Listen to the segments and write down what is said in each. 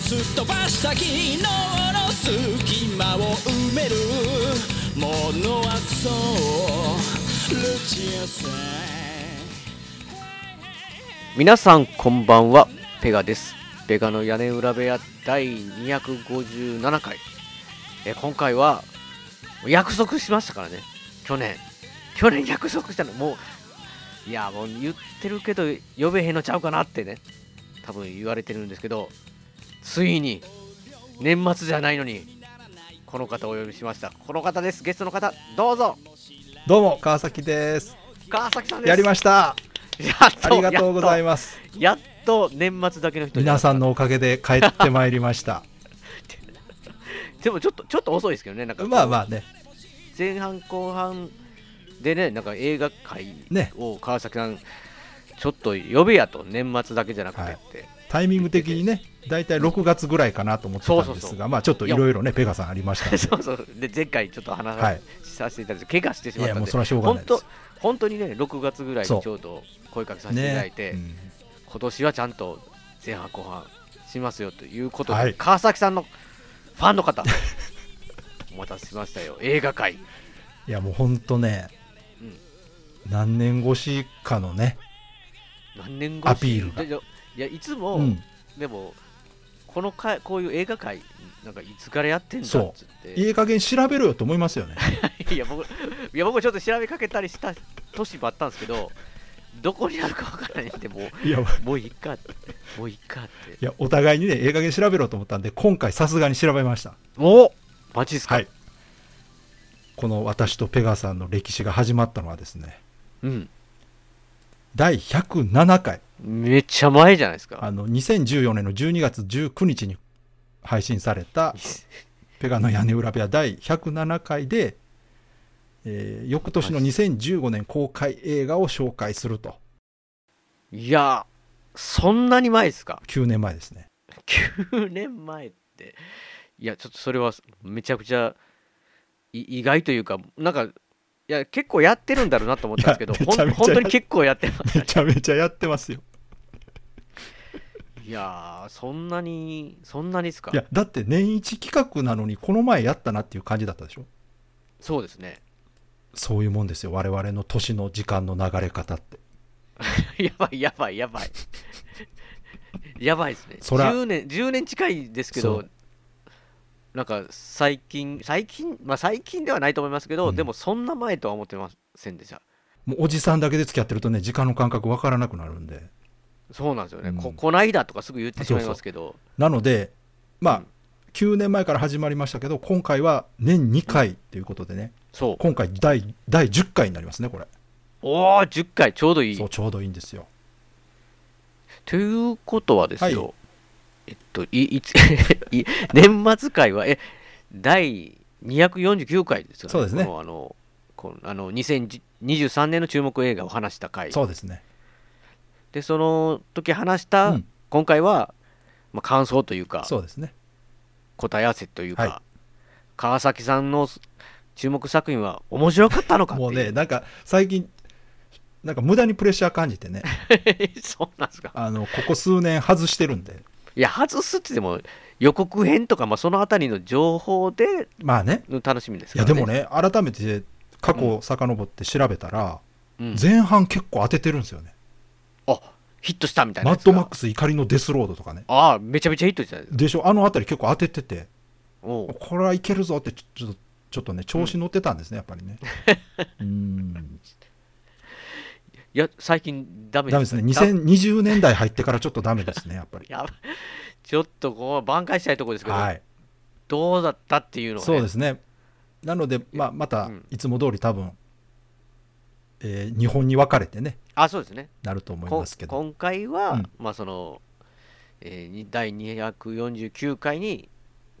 すっ飛ばした昨日の隙間を埋めるものはそうルチアさん皆さんこんばんはペガですペガの屋根裏部屋第257回えー今回は約束しましたからね去年去年約束したのもういやもう言ってるけど呼べへんのちゃうかなってね多分言われてるんですけどついに年末じゃないのにこの方をお呼びしましたこの方ですゲストの方どうぞどうも川崎です。川崎さんですやりました。やっあとりがとうございます。すやっと年末だけの人にな皆ったさんのおかげで帰ってまいり ました。でもちょっとちょっと遅いですけどねなんかこうまあまあね、前半後半でねなんか映画界ねを川崎さん、ちょっと呼べやと年末だけじゃなくてって、タイミング的にね、だいたい6月ぐらいかなと思ってたんですが、そうそうそうまあちょっといろいろね、ペガさんありましたん でそうそうで前回ちょっと話はいさせていただいて、怪我してしまったんいやでもうそれはしょうがないです本当本当にね6月ぐらいそにうちょうど声かけさせていただいね、て、うん今年はちゃんと前半後半しますよということで、はい川崎さんのファンの方 お待たせしましたよ映画界いやもうほんとね、うん何年越しかのね、何年越しアピールがいやいやいつも、うんでもこのかこういう映画界なんかいつからやってんだそうっつっていい加減調べろよと思いますよね。 いや僕いや僕ちょっと調べかけたりした年もあったんですけど どこにあるかわからないんでも いや、いうもういいかってもういいかってやお互いにね、いい加減調べろと思ったんで、今回さすがに調べました。おマジですか、はい。この私とペガさんの歴史が始まったのはですね、うん第107回めっちゃ前じゃないですかあの2014年の12月19日に配信された「ペガの屋根裏部屋」第107回で、えー翌年の2015年公開映画を紹介するといやそんなに前ですか 9年前ですね9年前っていやちょっとそれはめちゃくちゃい意外というかなんかいや結構やってるんだろうなと思ったんですけどいほやんめちゃめちゃ本当に結構やってまめちゃめちゃやってますよいやーそんなにそんなにですかいやだって年一企画なのにこの前やったなっていう感じだったでしょそうですね そういうもんですよ我々の年の時間の流れ方ってやばいやばいやばい やばいですねそら10年10年近いですけそどうなんか最近最近まあ最近ではないと思いますけど、うんでもそんな前とは思ってませんでしたもうおじさんだけで付き合ってるとね時間の感覚わからなくなるんでそうなんですよね、うんここないだとかすぐ言ってしまいますけどなのでまあ、うん9年前から始まりましたけど今回は年2回ということでね、そう今回第第10回になりますねこれおお10回ちょうどいそういちょうどいいんですよということはですよ、はえっといいつ い年末回はえ第249回ですよねそうですねこのあのこのあの2023年の注目映画を話した回そうですねでその時話しうた、ん今回は、まあ、感想というかそうですね答え合わせというか、は川崎さんの注目作品は面白かったのかっていもううねなんか最近なんか無駄にプレッシャー感じ てね そうなんですかあのここ数年外してるんでいや外すってでも予告編とか、まあ、そのあたりの情報でまあねの楽しみですかいやら、ね、でもね改めて過去を遡って調べたら、うん、前半結構当ててるんですよね、あヒットしたみたいなマやッつがドマックス怒りのデスロードとかねああめちゃめちゃヒットしたやつでしょあの辺り結構当ててておうこれはいけるぞってちょちょっとちょっとね調子乗ってたんですね、やっぱ りねうーんいや最近ダメダメですね2020年代入ってからちょっとダメですねやっぱりやばちょっとこう挽回したいところですけど、はいどうだったっていうのが、ね、そうですねなので、まあ、またうんいつも通り多分、えー日本に分かれてねあそうですねなると思いこんますけど今回は、うんまあその、えーに第249回に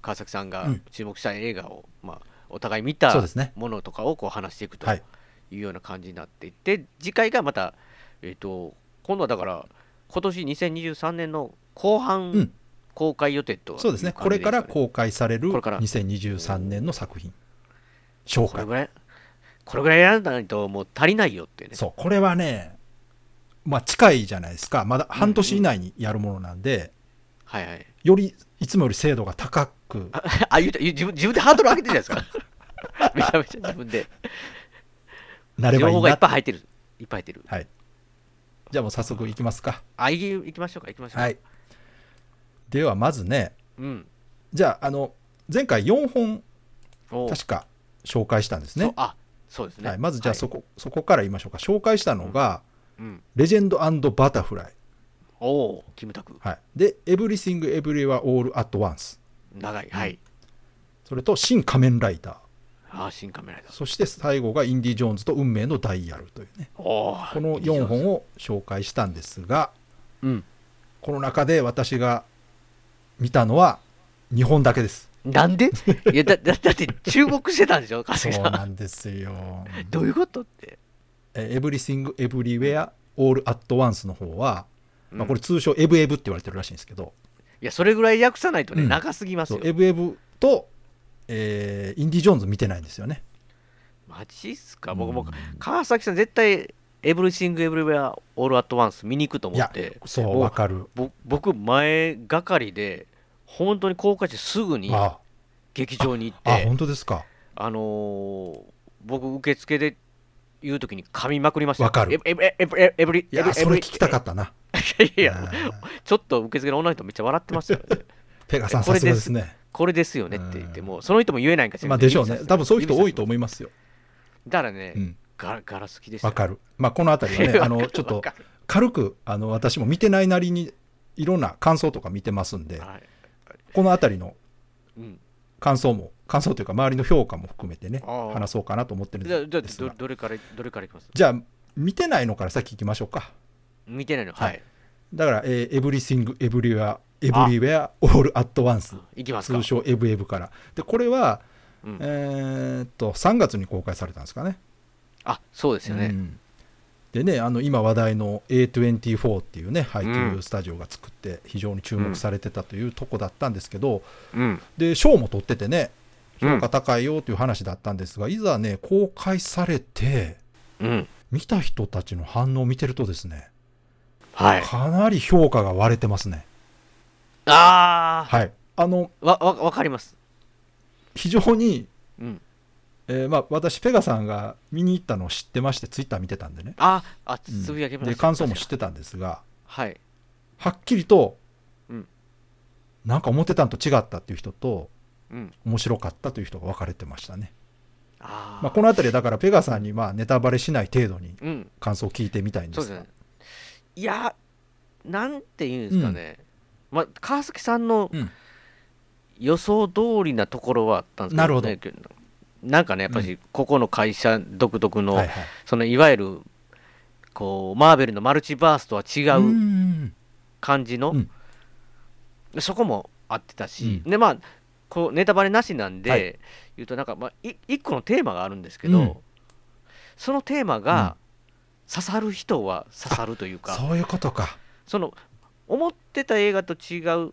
川崎さんがうん注目したい映画を、まあ、お互い見たそうですねものとかをこう話していくとはいいうような感じになっていって、次回がまた、えー、と今度はだから今年2023年の後半、うん公開予定とそうですねこれからう公開されるこれから2023年の作品紹こ介れぐらいこれぐらいやらないともう足りないよっていうねそうこれはねまあ近いじゃないですかまだ半年以内にやるものなんで、はいはい よりいつもより精度が高くああ言うた言う自分自分でハードル上げてるじゃないです かめちゃめちゃ自分でなれば情いい報がいなっぱい入ってるいっぱい入ってるはいじゃあもう早速いきますかあい行きましょうか行きましょうかはいではまずねうんじゃああの前回4本おう確か紹介したんですそうねあそうですね、はい、まずじゃあはいそこ,、そこから言いましょうか紹介したのがうん「レジェンドバタフライおおキムタク」はい、で「エブリシング・エブリはオール・アット・ワンス長いはい」それと「新仮面ライダーあ新カメラだ」そして最後が「インディ・ジョーンズと運命のダイヤル」というねおこの4を本を紹介したんですがうんこの中で私が見たのは2本だけですなんで いやだだだって注目してたんでしょ春そ日うさんなんですよどういうことって、エブリシング・エブリウェア・オール・アット・ワンスの方は、まあ、これれ通称「エブエブ」って言われてるらしいんですけどいやそれぐらい訳さないとね、うん長すぎますそうよエブエブと、えーインディ・ジョーンズ見てないんですよねマジっすか僕も川崎さん絶対エブリシングエブリウェアオールアットワンス見に行くとい思っやてそうもわかるぼ僕前がかりで本当に公開してすぐにあ劇場に行っあて本当ですかあのー僕受付で言う時に噛みまくりましたわかるエブエブエブエブエブリいエブやエブそれ聞きたかったないやいやあーちょっと受付の女の人めっちゃ笑ってましたよねペガさんこされすがですねこれですよねって言ってもその人も言えないんかしらまあでしょうね多分そういう人多いと思いますよだからね、うんガラガラ好きですわるかるまあこの辺 りはねあのちょっと軽くあの私も見てないなりにいろんな感想とか見てますんではいこの辺りのうん感想も感想というか周りの評価も含めてねあー話そうかなと思ってるんじゃあじゃあですどがどれからどれからいきますじゃあ見てないのからさっき行きましょうか見てないのははいい、だから、えー、エブリシング・エブリウェア・エブリウェア・オール・アット・ワンスい、きますか通称エブエブからでこれは、うんえーっと3月に公開されたんですかねあそうですよね、うんでねあの今話題の A24 っていうね配給スタジオが作って非常に注目されてたというとこだったんですけど、うん、で賞も取っててねうん評価高いよという話だったんですが、いざね公開されてうん、見た人たちの反応を見てるとですねはい。かなり評価が割れてますねああ、はいあのわ、わ、わかります。非常に、うん。えーまあ、私ペガさんが見に行ったのを知ってましてツイッター見てたんでね、ああ、うんつぶやきました。で感想も知ってたんですがはい。はっきりと、うんなんか思ってたんと違ったっていう人とうん。面白かったという人が分かれてましたね、ああ。まあ、この辺りはだからペガさんにまあネタバレしない程度にうん。感想を聞いてみたいんでそうすでがすね。いや、なんて言うんですかね。まあ、川崎さんのうん予想通りなところはあったんですけど、ね、なるほどなんかね、やっぱうり、ここの会社独特の、はいはいそのいわゆる。こう、マーベルのマルチバースとは違うう。ん感じの、うんでそこも合ってたし、うでまあこうネタバレなしなんで、はい言うとなんか、まあ、い一個のテーマがあるんですけど、うんそのテーマが刺さる人は刺さるというかそそういうことかの思ってた映画と違うう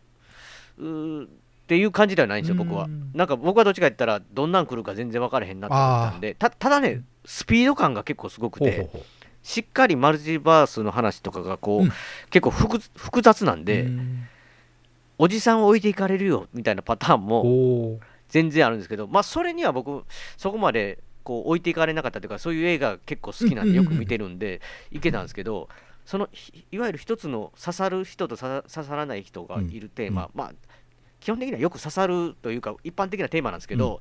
ーっていう感じではないんですよ僕はうんなんか僕はどっちか言ったらどんなん来るか全然分からへんなと思ったんでたただねスピード感が結構すごくほうてほうほうしっかりマルチバースの話とかがこう、うん結構複複雑なんで、うんおじさんを置いていかれるよみたいなパターンもおー全然あるんですけど、まあ、それには僕そこまでこう置いていかれなかったというかそういう映画結構好きなんでうんうんうんうよんく見てるんで行けたんですけどそのひいわゆる一つの刺さる人と刺さ刺さらない人がいるテーマ、うんまあ、基本的にはよく刺さるというか一般的なテーマなんですけど、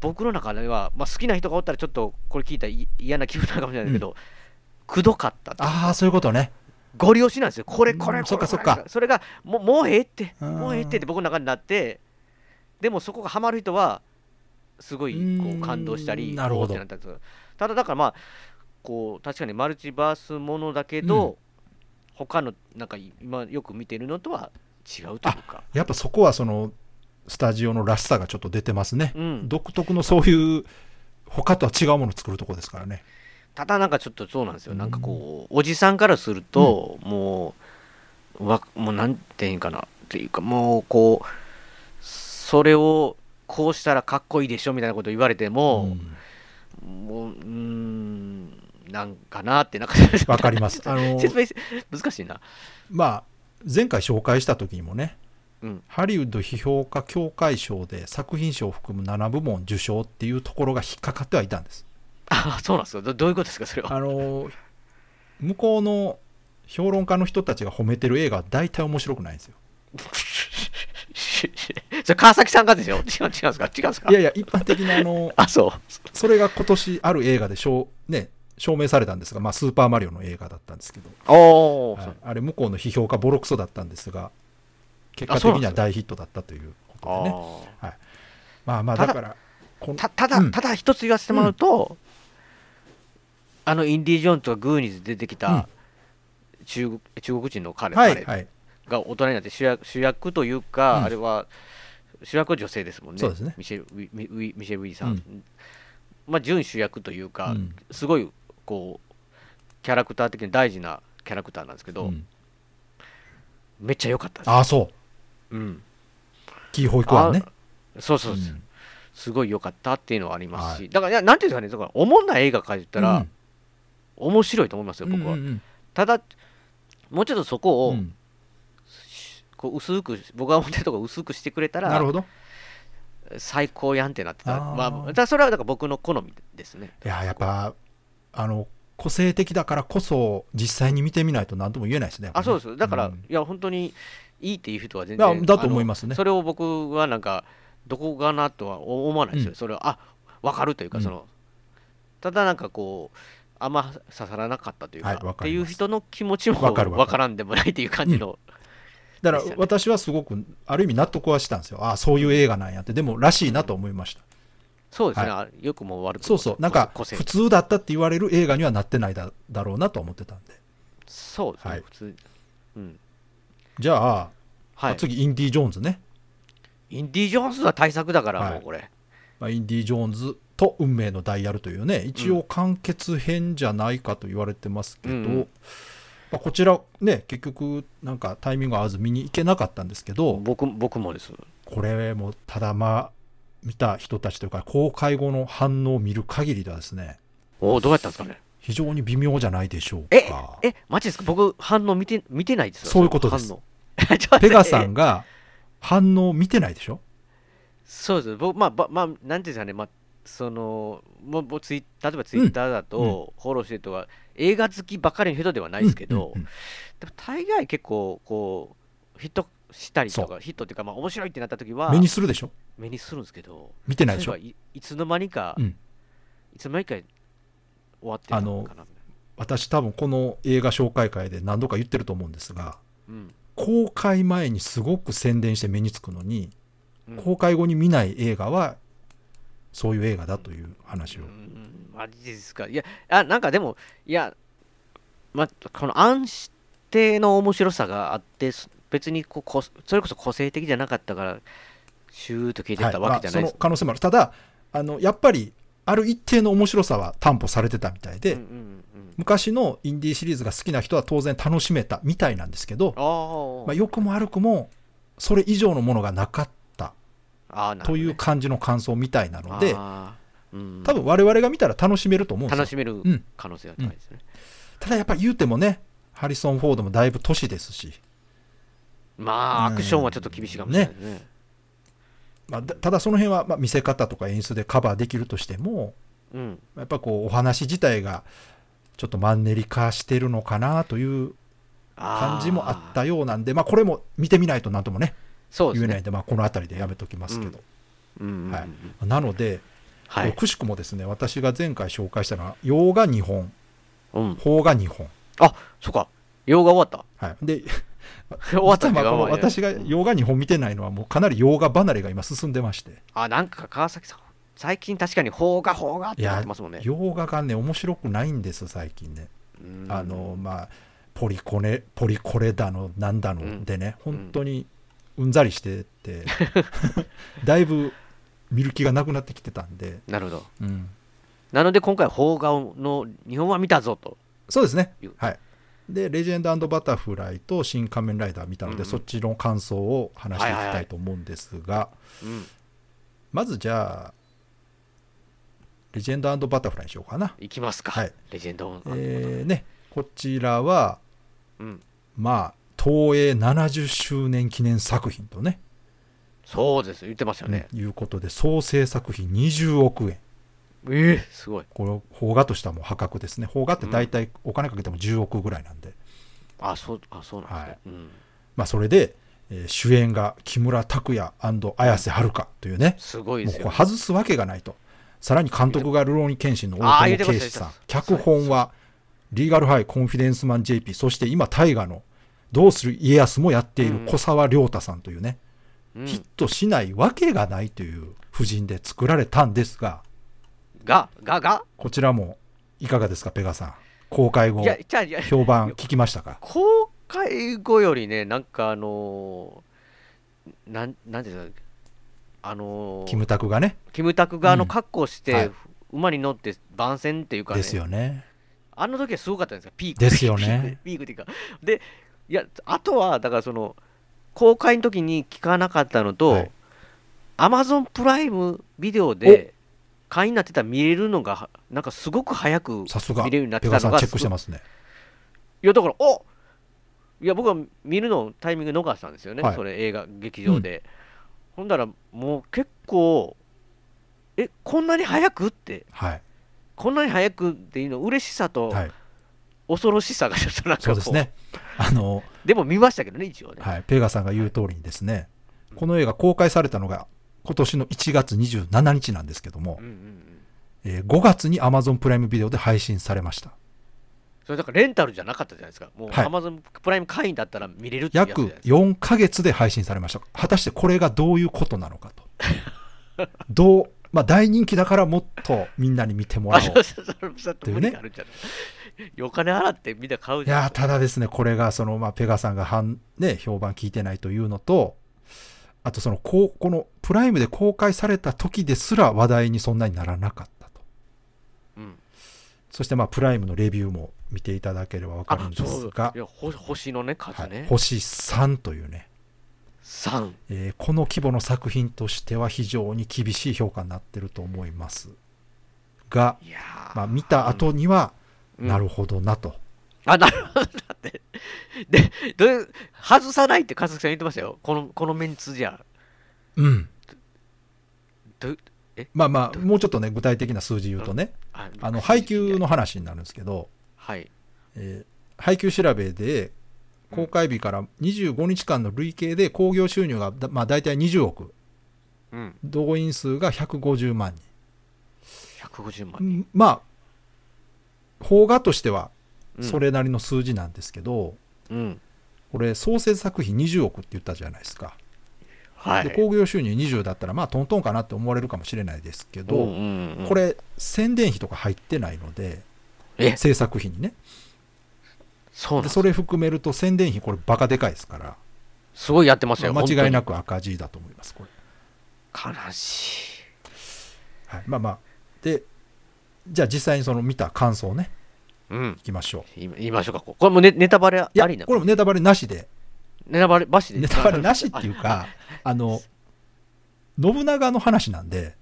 僕の中では、まあ、好きな人がおったらちょっとこれ聞いたらい嫌な気分になるかもしれないけど、くどかったっていうああそういうことねゴリ押しなんですよ、これ、うんこれ、そっかこれそっかこれそれがもう、もうええって、うんもうええってって僕の中になって、でもそこがハマる人は、すごいこうんう感動したり、なるおほどーってなったんですよただ、だからまあ、こう確かにマルチバースものだけど、他の、なんか今よく見てるのとは違うというか、やっぱそこはそのスタジオのらしさがちょっと出てますね、うん独特のそういう他とは違うものを作るとこですからねただなんかちょっとそうなんですよなんかこうおじさんからすると、もうわもうなんていうんかなっていうかもうこうそれをこうしたらかっこいいでしょみたいなこと言われても、うんもううーんなんかなってなんかわか りますあの説明し難しいなまあ前回紹介した時にもねうんハリウッド批評家協会賞で作品賞を含む7部門受賞っていうところが引っかかってはいたんですあそうなんですかどどういうことですかそれはあの向こうの評論家の人たちが褒めてる映画は大体面白くないんですよ それ川崎さんがですよ違う違うんですか違うんですかいやいや一般的なあのあそうそれが今年ある映画で証,、ね、証明されたんですが、まあ、スーパーマリオの映画だったんですけど、おお、はいそうあれ向こうの批評家ボロクソだったんですが結果そう的なんでにすはね大ヒットだったということでねあまあまあただだからこーのたただ、うんただ一つ言わせてもらうと、あのインディ・ジョーンズとかグーニーズで出てきた中国,、中国人の彼,、はいは彼いが大人になって主役主役というか、うんあれは主役は女性ですもんねそうですねミシェルウィミウィミシェル・ウィーさん、うまあ準主役というか、うんすごいこうキャラクター的に大事なキャラクターなんですけど、うんめっちゃ良かったですああそううん、キーホイクワンねそうそうです、うんすごい良かったっていうのはありますし、はだからいやなんていうんですかねだからおもんない映画か言ったら、面白いと思いますうよん僕は、うんうんただもうちょっとそこうを、んこう薄く僕が思ってるところ薄くしてくれたなるらほど最高やんってなってたあーまあ、だからそれはだから僕の好みですねいややっぱあの個性的だからこそ実際に見てみないと何とも言えないですねあそうですだから、うんいや本当にいいっていう人は全然だだと思いますあねのそれを僕はなんかどこかなとは思わないですよ、うんそれはあ分かるというか、うんそのただなんかこうあんま刺さらなかったというか,、はいわっかてりいまうす人の気持ちもわ分かるわかるからんでもないっていう感じの、だからですよね私はすごくある意味納得はしたんですよああそういう映画なんやってでもらしいなと思いました、そうですね、あよくも悪くもそうそうなんか個性普通だったって言われる映画にはなってないだだろうなと思ってたんでそうですね、はい普通うんじゃあ、はい、次インディ・ジョーンズね、インディ・ジョーンズは対策だから、はいもうこれまあ、インディ・ジョーンズと運命のダイヤルというね一応完結編じゃないかと言われてますけど、うんうんまあ、こちらね結局なんかタイミング合わず見に行けなかったんですけど、僕僕もですこれもただまあ見た人たちというか公開後の反応を見る限りではですねおおどうやったんですかね非常に微妙じゃないでしょうえか、え、マジですか僕、反応見て見てないですよそういうことです反応 ちょっとペガさえんが反応を見てないでしょそうです。僕、まあ、ばまあ、なんていうんですかね、まあ、その、もうもうツイ例えばツイッターだと、フォローしてる人は、映画好きばかりの人ではないですけど、うんうんうんでも大概結構、こう、ヒットしたりとそか、ヒットっていうか、まあ、面白いってなった時は、目にするでしょ目にするんですけど、見てないでしそうょいえばいいつの間にか、うんいつの間にか終わってたのかな。私多分この映画紹介会で何度か言ってると思うんですがうん公開前にすごく宣伝して目につくのにうん公開後に見ない映画はそういう映画だという話をうーんマジですかいやあなんかでもいや、ま、この安定の面白さがあってす別にこうこそれこそ個性的じゃなかったからシューッと聞いてはいたわけじゃないでまあそすの、可能性もあるただあのやっぱりある一定の面白さは担保されてたみたいで、うんうんうん、昔のインディーシリーズが好きな人は当然楽しめたみたいなんですけど、あー、まあ、良くも悪くもそれ以上のものがなかったあーなるほとどいうね感じの感想みたいなので、あーうん、多分我々が見たら楽しめると思うんで楽すしよめるうん可能性が高いですね、ただやっぱり言うてもねハリソン・フォードもだいぶ年ですし、まあアクションはちょっと厳しいかもしれないですねまあ、だただその辺はまあ見せ方とか演出でカバーできるとしてもうんやっぱこうお話自体がちょっとマンネリ化してるのかなというあー感じもあったようなんでまあ、これも見てみないとなんともねそうです言えねないんで、まあ、この辺りでやめときますけど、うんうんうんはいなので、はい、くしくもですね私が前回紹介したのは洋が2本うん、邦が2本、あそうか洋画終わったはい、で 終わったって実いうはまかあこのまあ私が洋画2本見てないのはもうかなり洋画離れが今進んでましてあなんか川崎さん最近確かに邦画邦画ってなってますもんね洋画がね面白くないんです最近ねうんあのまあポリコネポリコレだのなんだのでね、うん本当にうんざりして てだいぶ見る気がなくなってきてたんで、なるほど。うん、なので今回、邦画の日本は見たぞと。そうですねいうはいで「レジェンドバタフライ」と「新仮面ライダー」見たので、うんうんそっちの感想を話していきたいと思うんですが、うん、まずじゃあ「レジェンドバタフライ」にしようかな、いきますか。はいレジェンドオン。えーねこちらはうん、まあ東映70周年記念作品とねそうです、言ってましたよね。いうことで総制作費20億円ええすごい。これ邦画としてはもう破格ですね邦画って大体お金かけても10億ぐらいなんで、あ、そう、あ、そうなんですね。うん、まあ、それで、えー主演が木村拓哉綾瀬はるかというねすごいでもうすこよれ。外すわけがないとさらに監督が「ルローニケンシン」のあー大言って友ま圭した司さん言ってました脚本は「リーガルハイ」「コンフィデンスマン JP」そして今大河の「どうする家康」もやっているうん小沢亮太さんというね、うんヒットしないわけがないという布陣で作られたんですがが、が、が、こちらもいかがですかペガさん公開後いや、じゃあ、いや、評判聞きましたか公開後よりね、なんかあのー、なん、なんていうんですか、あのー、キムタクがねキムタクがあの格好して、うんはい馬に乗って番宣っていうか、ね、ですよねあの時はすごかったんですよ、ピーク。ですよね ピーク。ピークっていうか。で、いや、あとは、だからその、公開の時に聞かなかったのと、はい Amazon プライムビデオで会員になってたら見れるのが、なんかすごく早くさすが見れるようになってペたのガさが、んチェックしてますねいや、だから、おいや、僕は見るのタイミング逃したんですよね、はいそれ映画、劇場で。ほんだら、もう結構、え、こんなに早くって、はいこんなに早くっていうの、嬉しさとはい恐ろしさがちょっとなんかこそうですねあのでも見ましたけどね、一応ね。はい、ペガさんが言う通りにですね、この映画公開されたのが今年の1月27日なんですけども、うんうんうん。えー5月に Amazon プライムビデオで配信されました。それだからレンタルじゃなかったじゃないですか。もうはい Amazon プライム会員だったら見れるってやつじゃ約ないですか。 4ヶ月で配信されました。果たしてこれがどういうことなのかと。どう、まあ大人気だからもっとみんなに見てもらあ、お。そううそうそう、そう無理があるんじゃない。お金払ってみんな買ういじゃやーん。ただですね、これがその、まあ、ペガさんが反、ね、評判聞いてないというのと、あとそのこうこのプライムで公開された時ですら話題にそんなにならなかったと。うん、そしてまあプライムのレビューも見ていただければわかるんあ、でそすうがい、やほ星のね、数はいね。星3というね、 3。えーこの規模の作品としては非常に厳しい評価になってると思いますが、いやーまあ、見た後にはうんなるほどなと、あ、なるほど。だって、で、どう外さないって和樹さん言ってましたよ。このこのメンツじゃ。うんどまあまあもうちょっとね具体的な数字言うとねああの配給の。話になるんですけど、はい。えー配給調べで公開日から25日間の累計で興行収入がだ、まあ、大体20億うん、動員数が150万人150万。うんまあ邦画としてはうんそ。れなりの数字なんですけど、うん。これ創設作費20億って言ったじゃないですか、はい。で興行収入20だったらまあトントンかなって思われるかもしれないですけど、うんうんうんこれ宣伝費とか入ってないのでえ制作費にねそうなんでですそれ含めると宣伝費これバカでかいですから、すごいやってましたよ、まあ間違いなくく赤字だと思いますこれ、悲しいはい、まあまあでじゃあ実際にその見た感想ねうんいきましょう今言いましょうかここれもうネネタバレあいやりなこれもネタバレなしでネタバレバシでネタバレなしっていうか、 あの、信長の話なんで、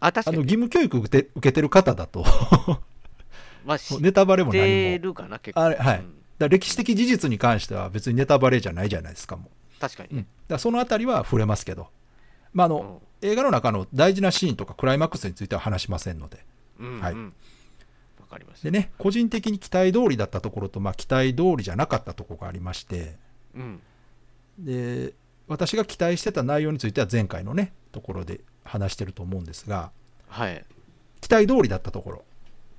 あ確あかにの義務教育受けて受けてる方だ と、まあ知っネタバレも何ても。るかな結構あれはい、うだかんら歴史的事実に関しては別にネタバレじゃないじゃないですか、も確かう。にうんねだからそのあたりは触れますけど、まああうのん映画の中の大事なシーンとかクライマックスについては話しませんので。うんうんはいわかりましたでね、個人的に期待通りだったところと、まあ、期待通りじゃなかったところがありまして、うんで私が期待してた内容については前回のね、ところで話してると思うんですが、はい期待通りだったところ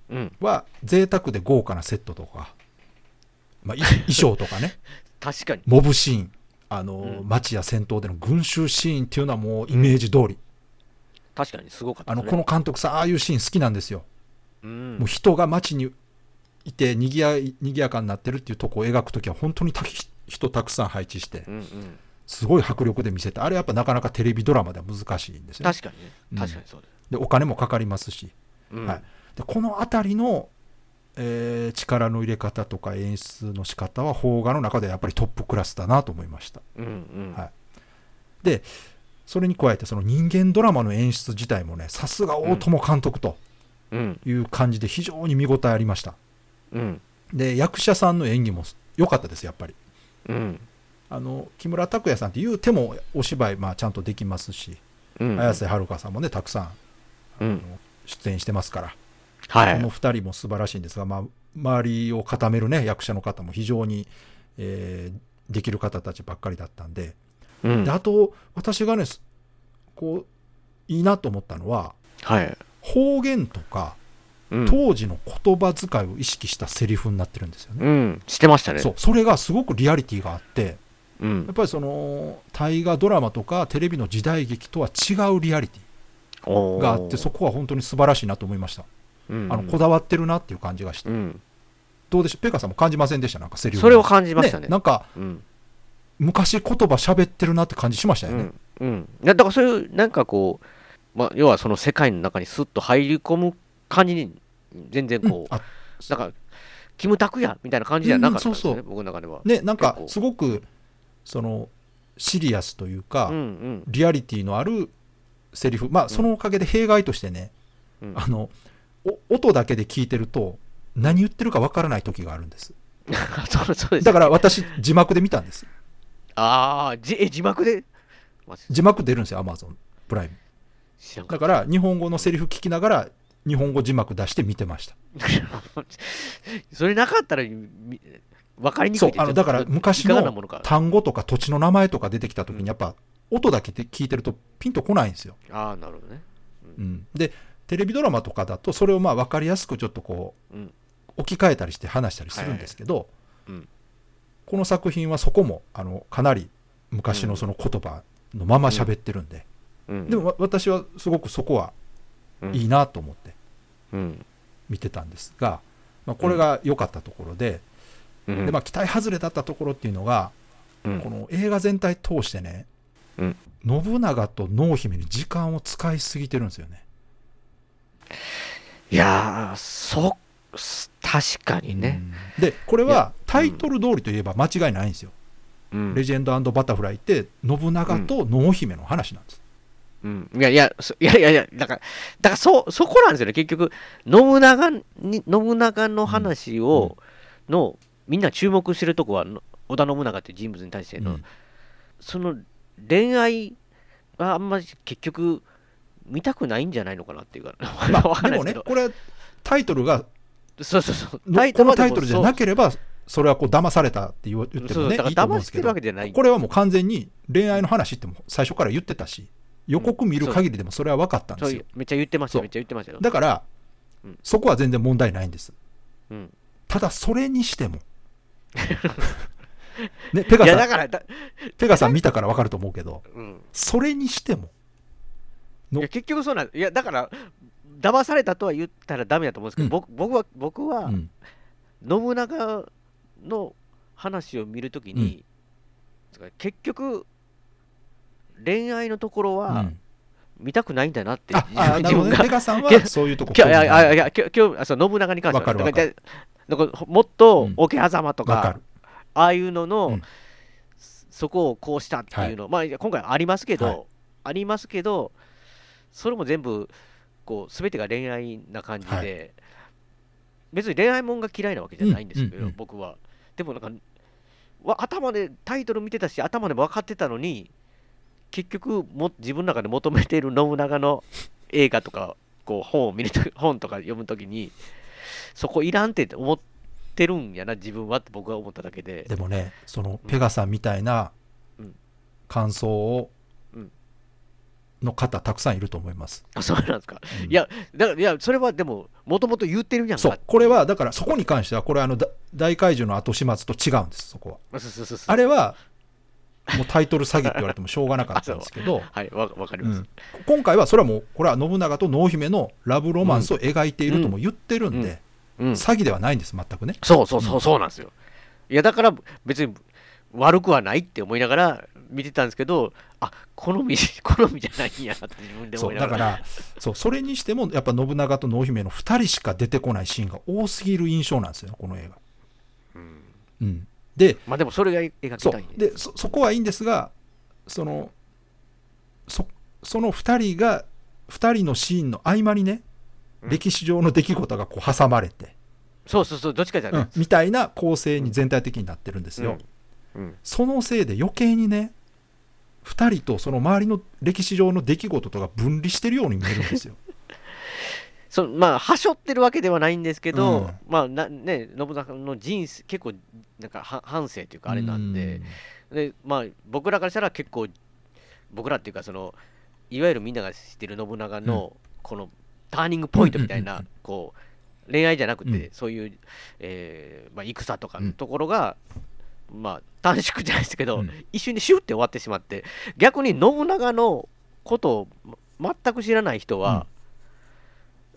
うんは贅沢で豪華なセットとか、まあ、い 衣装とかね確かにモブシーンあの、うん街や戦闘での群衆シーンっていうのはもうイメージ通り、確かにすごかったあのねこの監督さんああいうシーン好きなんですよ、うんもう人が街にいてにぎやにぎやかになってるっていうとこを描くときは本当にたひ人たくさん配置して、うんうんすごい迫力で見せたあれやっぱなかなかテレビドラマでは難しいんですよね確かにねうん確かにそうです、でお金もかかりますし、うんはい、でこの辺りの、えー力の入れ方とか演出の仕方は邦画の中ではやっぱりトップクラスだなと思いましたうんうんはいでそれに加えてその人間ドラマの演出自体もねさすが大友監督とうんいう感じで非常に見応えありましたうんで役者さんの演技も良かったですやっぱりうんあの木村拓哉さんって言うてもお芝居まあちゃんとできますし、うん綾瀬はるかさんもねたくさんうん出演してますから、はこのい2人も素晴らしいんですが、まあ、周りを固めるね役者の方も非常に、えーできる方たちばっかりだったんでうんであと私がねすこういいなと思ったのははい方言とかうん当時の言葉遣いを意識したセリフになってるんですよね。うんしてましたねそうそれがすごくリアリティがあってうやっんぱりその大河ドラマとかテレビの時代劇とは違うリアリティがあってそこは本当に素晴らしいなと思いました、ああのこだわってるなっていう感じがして、うんどうでしょうペカさんも感じませんでしたなんかセリフそれを感じましたねなんかうん昔言葉喋ってるなって感じしましたようね、んうんいやだからそういうなんかこうまあ要はその世界の中にスッと入り込む感じに全然こうあだからキムタクやみたいな感じじゃなかったんですうんねそう僕の中ではねなんか結構すごくそのシリアスというか、うんうんリアリティのあるセリフまあそのおかげで弊害としてね、うんあのお音だけで聞いてると何言ってるかわからない時があるんです そうそうですだから私字幕で見たんですああじえ字幕でマジ字幕出るんですよアマゾンプライム知らんかだっから日本語のセリフ聞きながら日本語字幕出して見てましたた それなかったらみ分かりにくそいうですよあのだからい昔かがなもののか単語とか土地の名前とか出てきた時うんにやっぱ音だけで聞いてるとピンとこないんですよ、ああなるほどねうん、でテレビドラマとかだとそれをまあ分かりやすくちょっとこううん置き換えたりして話したりするんですけど、はいうんこの作品はそこもあのかなり昔のその言葉のまま喋ってるんで、うんでもわ私はすごくそこはうんいいなと思ってうん見てたんですが、まあ、これが良かったところで,、うんでまあ、期待外れだったところっていうのが、うんこの映画全体通してね、うん信長と濃姫に時間を使いすぎてるんですよね。いやーそす確かにねうんでこれいはタイトル通りといえば間違いないんですよ。うんレジェンドバタフライって信長と濃姫の話なんです。うん、いやいや、そいやいやいや、だから、だからそ、そこなんですよね、結局、信長に、信長の話を、の、みんな注目してるとこは、の織田信長っていう人物に対しての、うんその恋愛はあんまり結局、見たくないんじゃないのかなっていうか、ま わあかんでないもですけねど、これタイトルがそうそうそう、のこのタイトルじゃなくければそれはこう騙されたって言わ言てってそもうねだかいいとら思う騙んしですけてるどわけじゃない、これはもう完全に恋愛の話っても最初から言ってたし予告見る限りでもそれは分かったんでそうすいよう。めっちゃ言ってましたそうよ、めっちゃ言ってましたよ。だからうんそこは全然問題ないんです。うんただそれにしても ねペガいや、さだんからだ、ペガさん見たから分かると思うけどうん。それにしてものいや結局そうなんですいやだから騙されたとは言ったらダメだと思うんですけど、うん僕僕は僕はうん信長の話を見るときに、結局恋愛のところうはん見たくないんだなって、ああな自るほど分ねがペガさんいやはそういうとこ今日いやいやいや今日今日あそう信長に関してわかはるだわかからだからほもっとうん桶狭間とわかかるああいうのの、うんそこをこうしたっていうの、まあいや今回ありますけど、はいありますけどそれも全部こう全てが恋愛な感じで、は別に恋愛もんが嫌いなわけじゃないんですけど、うんうんうん僕はでもなんかわ頭でタイトル見てたし頭でも分かってたのに結局も自分の中で求めている信長の映画とかこう本を見ると 本とか読むときにそこいらんって思ってるんやな自分はって僕は思っただけででもねそのペガさんみたいなうん感想を、うんの方たくさんいると思います、 あそうなんですかうんいやだからいやそれはでももともと言ってるやんかそうこれはだからそこに関してはこれはあのだ大怪獣の後始末と違うんですそこはあそうそうそうそうあれはもうタイトル詐欺って言われてもしょうがなかったんですけ どはいわわかりうます、ん、今回はそれはもうこれは信長と濃姫のラブロマンスを描いているとも言ってるんで、うんうんうん詐欺ではないんです全くねそうそうそうそうなんですよ。いやだから別に悪くはないって思いながら見てたんですけど、あ好み、 好みじゃないんやなって自分でそ思ういなだが。かららそうそれにしてもやっぱ信長と濃姫の2人しか出てこないシーンが多すぎる印象なんですよこの映画、うんうん、でまあでもそれが描きそうたいね。でそそこはいいんですがそのそその2人が2人のシーンの合間にね、うん歴史上の出来事がこう挟まれて、そうそうそう、どっちかじゃうないん。みたいな構成に全体的になってるんですよ、うんうんそのせいで余計にね2人とその周りの歴史上の出来事とか分離してるように見えるんですよそまあ、はしょってるわけではないんですけど、うんまあなね、信長の人生、結構なんかは反省という か、あれなんで、でまあ、僕らからしたら結構、僕らっていうかその、いわゆるみんなが知ってる信長の、このターニングポイントみたいな、うんうんうんこう恋愛じゃなくて、うんそういう、えーまあ、戦とかうのんところが、まあ、短縮じゃないですけど、うん一瞬でシュッて終わってしまって、逆に信長のことをま全く知らない人は、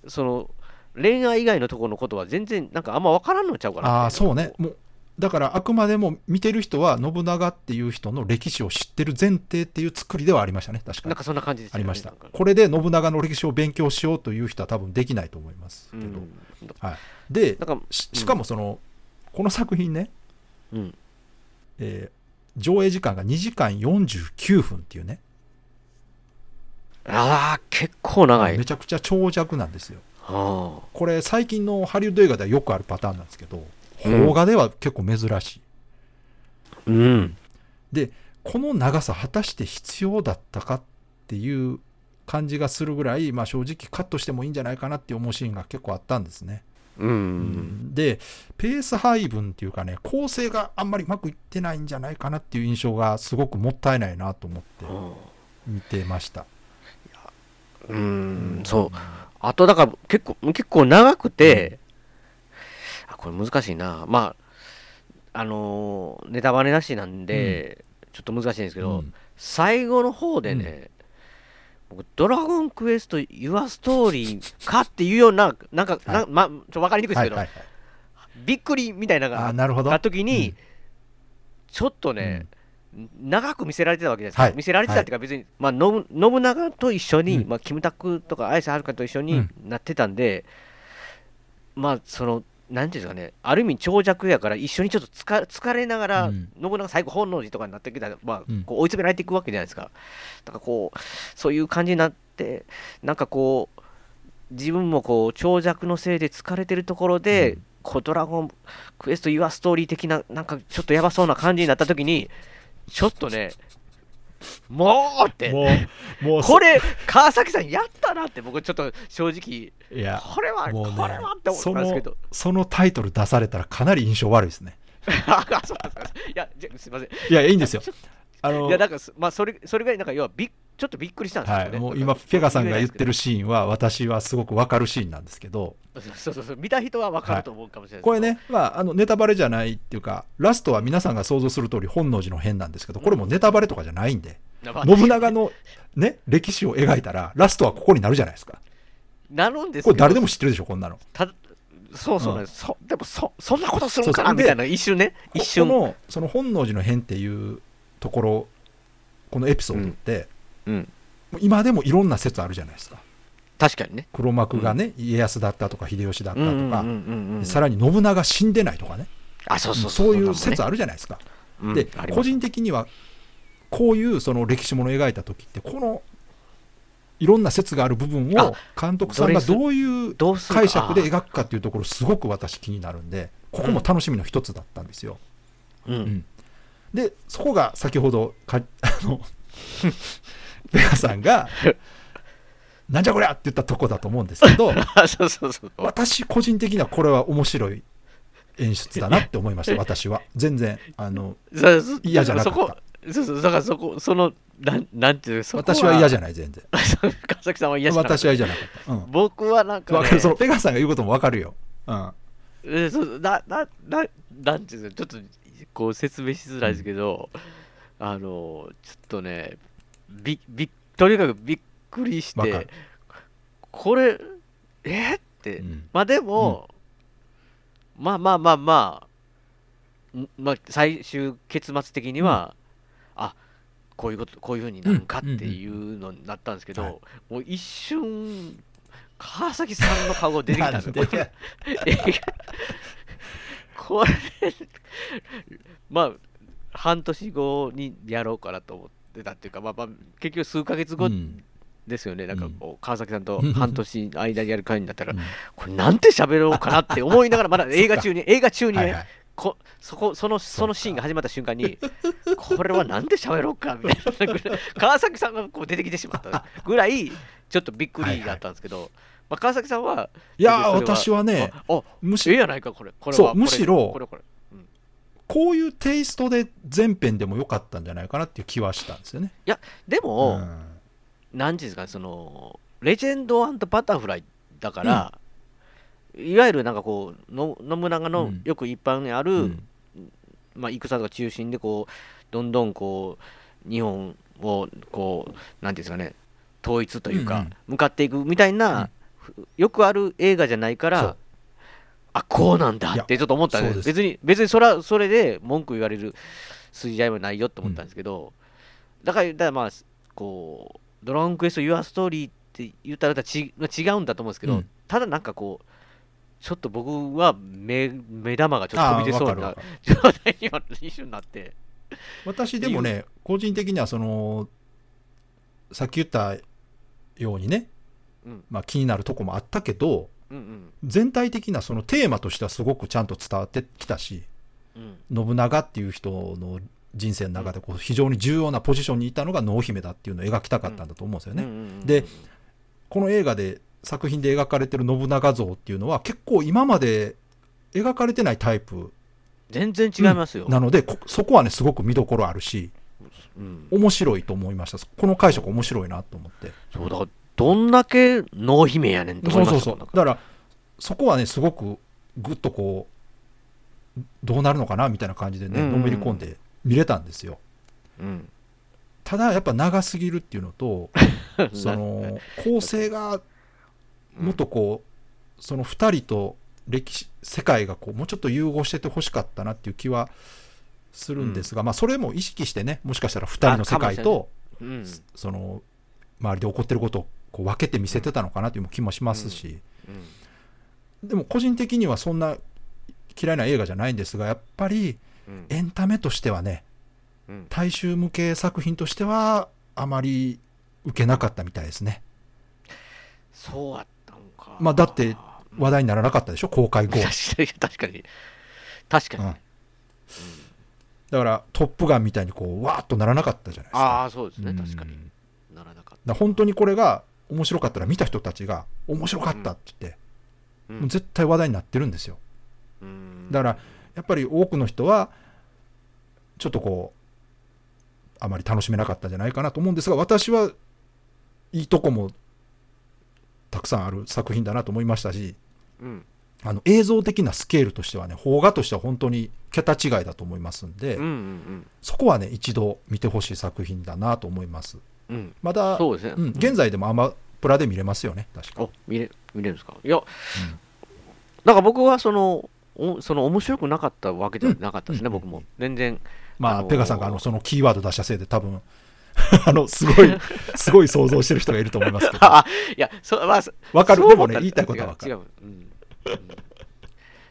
その恋愛以外のところのことは全然なんかあんま分からんのちゃうかなああそうねもうだからあくまでも見てる人は信長っていう人の歴史を知ってる前提っていう作りではありましたね確かなんにかそんな感じですあよねりましたなんかこれで信長の歴史を勉強しようという人は多分できないと思いますうけど、ん、はい、でなんかしうんしかもその、この作品ね、うんえー上映時間が2時間49分っていうね、ああ結構長いめちゃくちゃ長尺なんですよあこれ最近のハリウッド映画ではよくあるパターンなんですけどうん邦画では結構珍しーい、うんこの長さ果たして必要だったかっていう感じがするぐらい、まあ、正直カットしてもいいんじゃないかなって思うシーンが結構あったんですね。うん、でペース配分っていうかね構成があんまりうまくいってないんじゃないかなっていう印象がすごくもったいないなと思って見てました。うん、そうあとだから結構結構長くて、あこれ難しいなまああのーネタバレなしなんで、ちょっと難しいんですけど、うん最後の方でね、僕ドラゴンクエストユアストーリーかっていうようななんか、はなまあちょっと分かりにくいですはけいど、はいはい、びっくりみたいなのあがーなるほど。あった時に、うんちょっとね、長く見せられてたわけじゃないですか、はい見せられてたっていうか別に、まあ、信信長と一緒に、うんまあ、キムタクとか綾瀬はるかと一緒うにんなってたんで、まあそのなんていうんですかねある意味長尺やから一緒にちょっとつか疲れながら、うん信長最後本能寺とかになってきたら、まあうんこう追い詰められていくわけじゃないですかだからこうそういう感じになってなんかこう自分もこう長尺のせいで疲れてるところで、うんこうドラゴンクエストユアストーリー的ななんかちょっとやばそうな感じになった時にちょっとねもうってもうもうこれ川崎さんやったなって僕ちょっと正直いやこれは、もうねこれはって思ったんですけどそのタイトル出されたらかなり印象悪いですね。 あそうなんですかいやじゃすいませんいやいいんですよ。あのいやなんかすまあそれそれぐらいなんか要はびっちょっとびっくりしたんですよはね、い、もうな今かペガさんが言ってるそシーンは私はすごくわかるシーンなんですけどうそうそうそう見た人は分かると思うかもしれないですこれね、まあ、あのネタバレじゃないっていうかラストは皆さんが想像する通り本能寺の変なんですけどこれもネタバレとかじゃないんで まあ信 長の、ね、歴史を描いたらラストはここになるじゃないですかなるんですけこどれ誰でも知ってるでしょこんなの。たそうそうなんです、そでもそそんなことするんかそうそなうでみたいな一瞬ね一瞬ここのその本能寺の変っていうところこのエピソードって、うん、もう今でもいろんな説あるじゃないですか確かにね黒幕がね、家康だったとか秀吉だったとか、うんうんうんうんうん、さらに信長死んでないとかねあそうそうそういうそん説なあるじゃないですか。もねでうんあります個人的にはこういうその歴史ものを描いた時ってこのいろんな説がある部分あを監督さんがどういうどうするか解釈で描くかっていうところすごく私気になるんでここも楽しみの一つだったんですよ。うんうんでそこが先ほどかあの ベガさんが「なんじゃこりゃ!」って言ったとこだと思うんですけ どあそうそうそう私個人的にはこれは面白い演出だなって思いました私は全然あのそうそう嫌じゃなそかったこそうそうだからそこそのなんなんていうそこ私は嫌じゃゃない全然 川崎さんは嫌じゃなかった私は嫌じゃなかった、うん僕はなんか、わね、かる、そのペガさんが言うこともわかるよ。うん。えーそうななななんていうんですかちょっとこう説明しづらいですけど、あのちょっとねびびとにかくびっくりしわかてるこれえーって、うんまあでも、まあまあまあまあんまあ最終結末的には、あこういうことこういうふうになるんかってうんうんうんいうのになったんですけど、はいもう一瞬川崎さんの顔が出てきたんですよなんでこれまあ半年後にやろうかなと思ってたっていうか、まあ、まあ結局数ヶ月後うんですよね、なんかこう川崎さんとうん半年の間にやる会になったら、うんこれなんて喋ろうかなって思いながらまだ映画中 に映画中にね、はいはいこそこそのそのシーンが始まった瞬間にこれはなんで喋ろうかみたいなぐらい川崎さんがこう出てきてしまったぐらいちょっとびっくりだったんですけど、まあ、川崎さんはいやーそれ私はねああむええしやないかこれこれはそうこれむしろこれこれうん、いこういうテイストで全編でも良かったんじゃないかなっていう気はしたんですよね。やでも、うんなんていうんですかねそのレジェンドバタフライだから、いわゆるなんかこうの野村がの、うんよく一般にある、うんまあ、戦とか中心でこうどんどんこう日本をこうなんていうんですかね統一というか、うんうん向かっていくみたいな、よくある映画じゃないかそらうあこうなんだってちょっと思ったんいやでそうです別に別にそれはそれで文句言われる筋合いもないよと思ったんですけど、だからだからまあこう「ドラゴンクエスト・ユア・ストーリー」って言ったらち違うんだと思うんですけど、うんただなんかこうちょっと僕は目目玉がちょっとあ飛びー出わそかうるなわかる状態には一緒になって、私でもね個人的にはそのさっき言ったようにね、うんまあ、気になるとこもあったけどうんうん全体的なそのテーマとしてはすごくちゃんと伝わってきたしうん信長っていう人の人生の中でこう非常に重要なポジションにいたのが濃姫だっていうのを描きたかったんだと思うんですようね。んうんうんでこの映画で作品で描かれてる信長像っていうのは結構今まで描かれてないタイプ全然違いますよ、なのでこそこはねすごく見どころあるしうん面白いと思いましたこの解釈面白いなと思ってそうだからどんだけ濃姫やねんとそ思ういまそうしたそもうんだなんかからそこはねすごくぐっとこうどうなるのかなみたいな感じでねうんうんうのんめり込んで見れたんですようんただやっぱ長すぎるっていうの とその構成がもっとこうその2人と歴史世界がこうもうちょっと融合しててほしかったなっていう気はするんですが、まあそれも意識してねもしかしたら2人の世界あかもしれないとうんその周りで起こってることをこう分けて見せてたのかなという気もしますし、うんでも個人的にはそんな嫌いな映画じゃないんですがやっぱりうんエンタメとしてはねうん大衆向け作品としてはあまり受けなかったみたいですねそうやったんかまあだって話題にならなかったでしょ公開後確かに確かに確かに、うんだから「トップガン」みたいにこうわーっとならなかったじゃないであすかあそうですねうん確かにだならなかっら本当にこれが面白かったら見た人たちが面白かったって言って、た、うもう絶対話題になってるんですよんだからやっぱり多くの人はちょっとこうあまり楽しめなかったんじゃないかなと思うんですが私はいいとこもたくさんある作品だなと思いましたしうんあの映像的なスケールとしてはね邦画としては本当に桁違いだと思いますんで、うんうんそこはね一度見てほしい作品だなと思いますうんうんまだそうですね、うん、現在でもアマプラで見れますよね確かあ見れ見れるんですかいや、なんか僕はそのおその面白くなかったわけではなかったですね、うん僕も全然まあ、あのーペガさんがあのそのキーワード出したせいで多分 あのすごいすごい想像してる人がいると思います けど あいやそまあそわかるそう思でもねった言いたいことはわかる違う違ううん、うん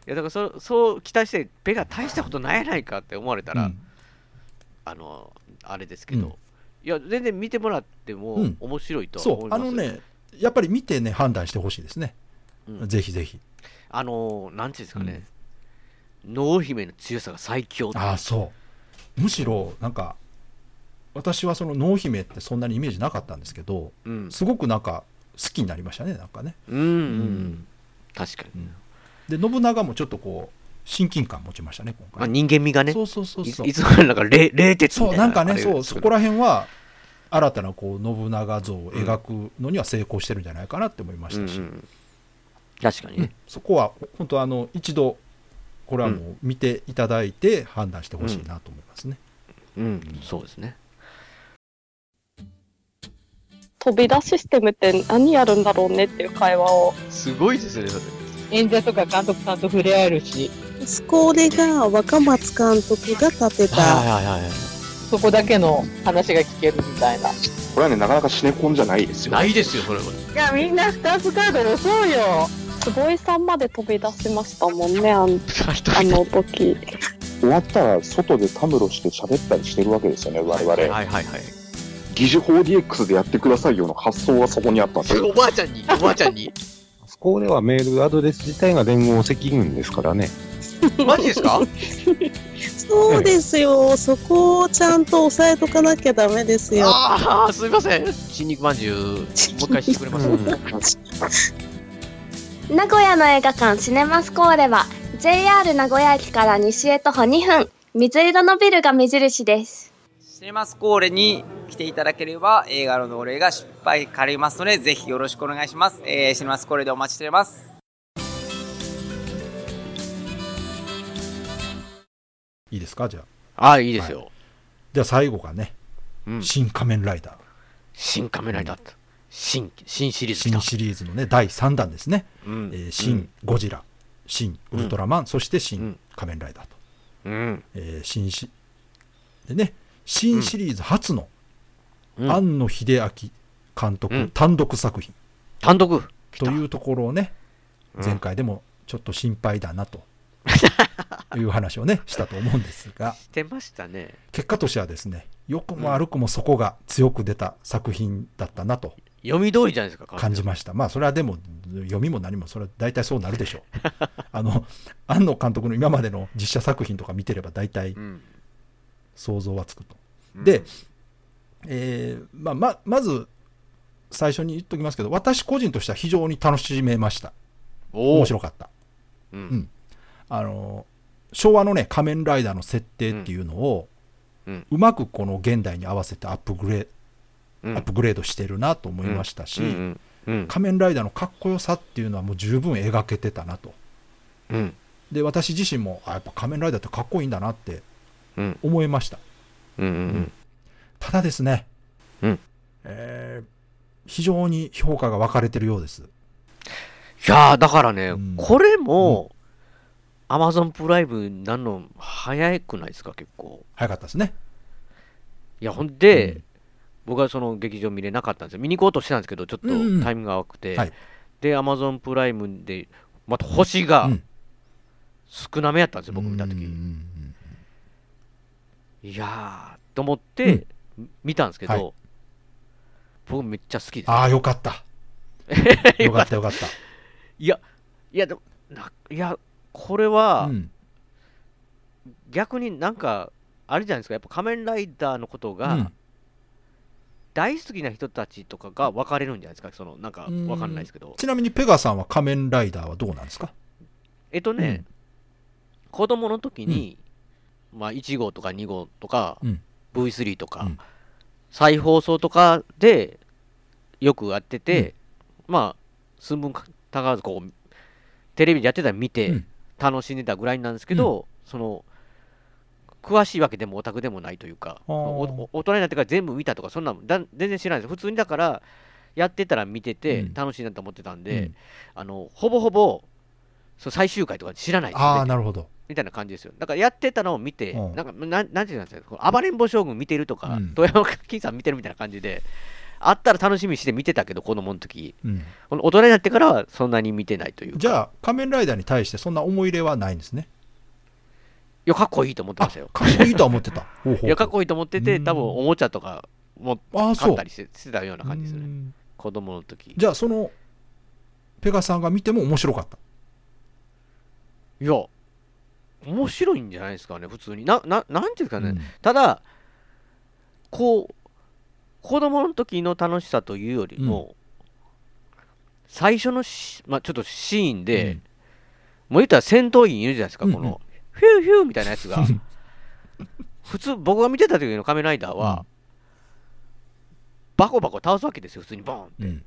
いやだからそそう期待してペガ大したことないやないかって思われたら、うんあのあれですけど、うんいや全然見てもらってもうん面白いとはそ、思いうあます、のね、やっぱり見てね、判断してほしいですね。うんぜひぜひ。あのなんていうんですかね、濃姫の強さが最強ってああ、そう。むしろ、なんか、私はその濃姫ってそんなにイメージなかったんですけど、うんすごくなんか、好きになりましたね、なんかね。うん、うん、確かに、うんで、信長もちょっとこう、親近感持ちましたね、今まあ、回。人間味がねそうそうそうそうい。つもなんか霊霊鉄みたそう、いななんかね、あれそう、そこら辺は、新たなこう信長像を描くのには成功してるんじゃないかなって思いまうしんうたし、ん確かにうんね、そこは本当あの一度これはもう見ていただいて判断してほしいなと思いますね。うん、そうですね飛び出システムって何やるんだろうねっていう会話をすごいですね演者とか監督さんと触れ合えるしスコーレが若松監督が建てたはいはいはいそこだけの話が聞けるみたいな。いこれはね、なかなかシネコンじゃないですよ。ないですよ、それは。や、みんなスターツカード押そうよ。坪井さんまで飛び出しましたもんね、あんあの時。終わったら、外でたむろして喋ったりしてるわけですよね、我々。はいはいはい。疑似 4DX でやってくださいよの発想はそこにあったんでそすれよ。おばあちゃんに、おばあちゃんに。そこではメールアドレス自体が連合赤軍ですからね。 マジですかそうですよ。そこをちゃんと押さえとかなきゃダメですよ。ああ、すいません。新肉まんじゅう、もう一回してくれますうん名古屋の映画館シネマスコーレは JR 名古屋駅から西へ徒歩2分水色のビルが目印ですシネマスコーレに来ていただければ映画の同例が失敗かりますのでぜひよろしくお願いします、えーシネマスコーレでお待ちしておりますいいですかじゃあ。ああ、いいですよ。じゃあ最後がね、うん。新仮面ライダー。新仮面ライダーって。新、新シリーズ来新た。シリーズのね、第3弾ですね。うえんー新ゴジラ、新ウルトラマン、そして新ん仮面ライダーと。うん。えー新し、でね、新シリーズ初のうん庵野秀明監督、うん単独作品単独。というところをね、ん前回でもちょっと心配だ なという話をね、したと思うんですが。してましたね。結果としてはですね良くも悪くもそこが強く出た作品だったなと読み通りじゃないですか、感じました、まあそれはでも読みも何もそれは大体そうなるでしょう あの庵野監督の今までの実写作品とか見てれば大体うん。想像はつくと、うんで、えーまあ、ままず最初に言っときますけど私個人としては非常に楽しめましたお面お。白かったう。うんんあの昭和のね仮面ライダーの設定っていうのを、ううんうんまくこの現代に合わせてアップグレーうんアップグレードしてるなと思いましたし、うんうん。仮面ライダーのかっこよさっていうのはもう十分描けてたなとうん。で私自身もあやっぱ仮面ライダーってかっこいいんだなってうん思いました、うん。うん。ただですね、うんえー非常に評価が分かれてるようですいやー、だからね、うんこれも、アマゾンプライムになるの早くないですか、結構。早かったですねいや、ほんで、うん僕はその劇場見れなかったんですよ。見に行こうとしてたんですけど、ちょっとうんうんタイムが悪くて。はいで、アマゾンプライムで、また星がうん少なめやったんですよ、僕見たとき。うんうんいうんやー、と思って、見たんですけど、はい僕めっちゃ好きです。ああよかった よかったよかっいや、いや、でも、ないや、これた、は、うん逆になんか、あれじゃないですか、やっぱ仮面ライダーのことが、うん大好きな人たちとかが分かれるんじゃないですか、そのなんか分かんないですけど、ちなみにペガさんは仮面ライダーはどうなんですかえっとね、子供の時に、まあ1号とか2号とか、うん V3 とか、うん再放送とかでよくやってて、まあ、寸分かたがわずこう、テレビでやってたら見うてん、楽しんでたぐらいなんですけど、その、詳しいわけでもオタクでもないというか、あーおお大人になってから全部見たとか、そんなんだん全然知らないです。普通にだから、やってたら見ててうん、楽しいなと思ってたんで、あのほぼほぼそう最終回とか知らないですああよーねなるほど、みたいな感じですよ。だからやってたのを見て、うんなんかなんなんていうんですかこう、暴れん坊将軍見てるとか、うん富山金さん見てるみたいな感じで、あったら楽しみにして見てたけど、子供の時うん、この大人になってからはそんなに見てないというか、じゃあ、あ仮面ライダーに対してそんな思い入れはないんですねいや、かっこいいと思ってましたよ。かっこいいとは思って た。ほうほういや、かっこいいと思ってうて、ん多分おもちゃとかもあ買あ、そっうた。りしてしてたような感じですようね、ん子供の時じゃあ、その、ペガさんが見ても面白かった。いや、面白いんじゃないですかね、普通に。なななんていうんですかね、うんただこう子供の時の楽しさというよりも、最初のし、まあ、ちょっとシーンで、もう言ったら戦闘員いるじゃないですか、こうんうんのヒューヒューみたいなやつが普通僕が見てた時の仮面ライダーは、バコバコ倒すわけですよ普通にボーンって、うん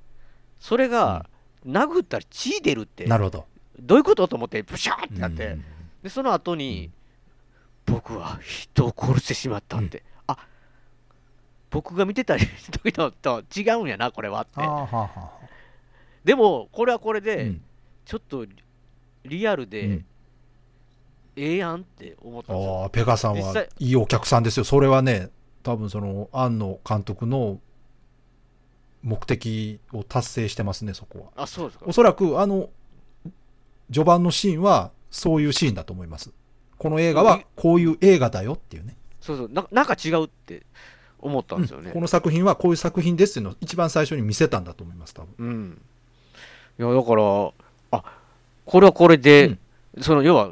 それが、殴ったり血出るってなるほど。どういうことと思ってプシャーってなって、うんでその後に、僕は人を殺してしまったって、あ僕が見てた時とと違うんやなこれはってああ、はあはあはあ。でもこれはこれで、うんちょっとリアルで、うんええやんって思ったんですよああ、ペガさん実は際いいお客さんですよ。それはね、多分その庵野監督の目的を達成してますねそこはあ、そうですか。おそらくあの序盤のシーンはそういうシーンだと思いますこの映画はこういう映画だよっていうねそうそうな、なんか違うって思ったんですよね。この作品はこういう作品ですっていうのを一番最初に見せたんだと思います多分うん。いや、だから、あこれはこれで、その、要は、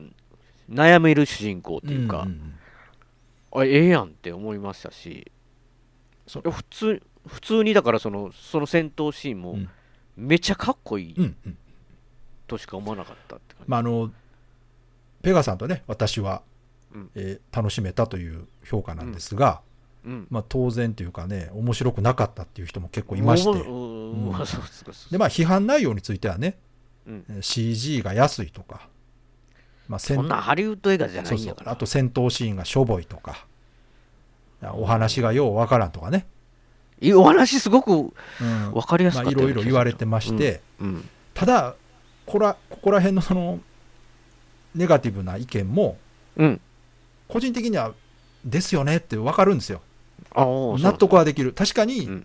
悩める主人公というか、うんうんあええやんって思いましたし、そいや普通普通にだからその、その戦闘シーンも、んめっちゃかっこいいうんうんとしか思わなかったって感まああのペガさんとね私は、うんえー楽しめたという評価なんですが、じ。うん。まあ、当然というかね面白くなかったっていう人も結構いましておおおうんおそうですかそうですかでまあ批判内容についてはね、うんえー CG が安いとか、まあ、戦そんなハリウッド映画じゃなそいうんそやうから。あと戦闘シーンがしょぼいとかお話がようわからんとかね、いいお話すごくうん分かりやすまかっあ、たいようろない気がろする言われてまして、、うんうんただこらここら辺のそのネガティブな意見もうん個人的にはですよねって分かるんですよあおーそう納得はできる確かうにん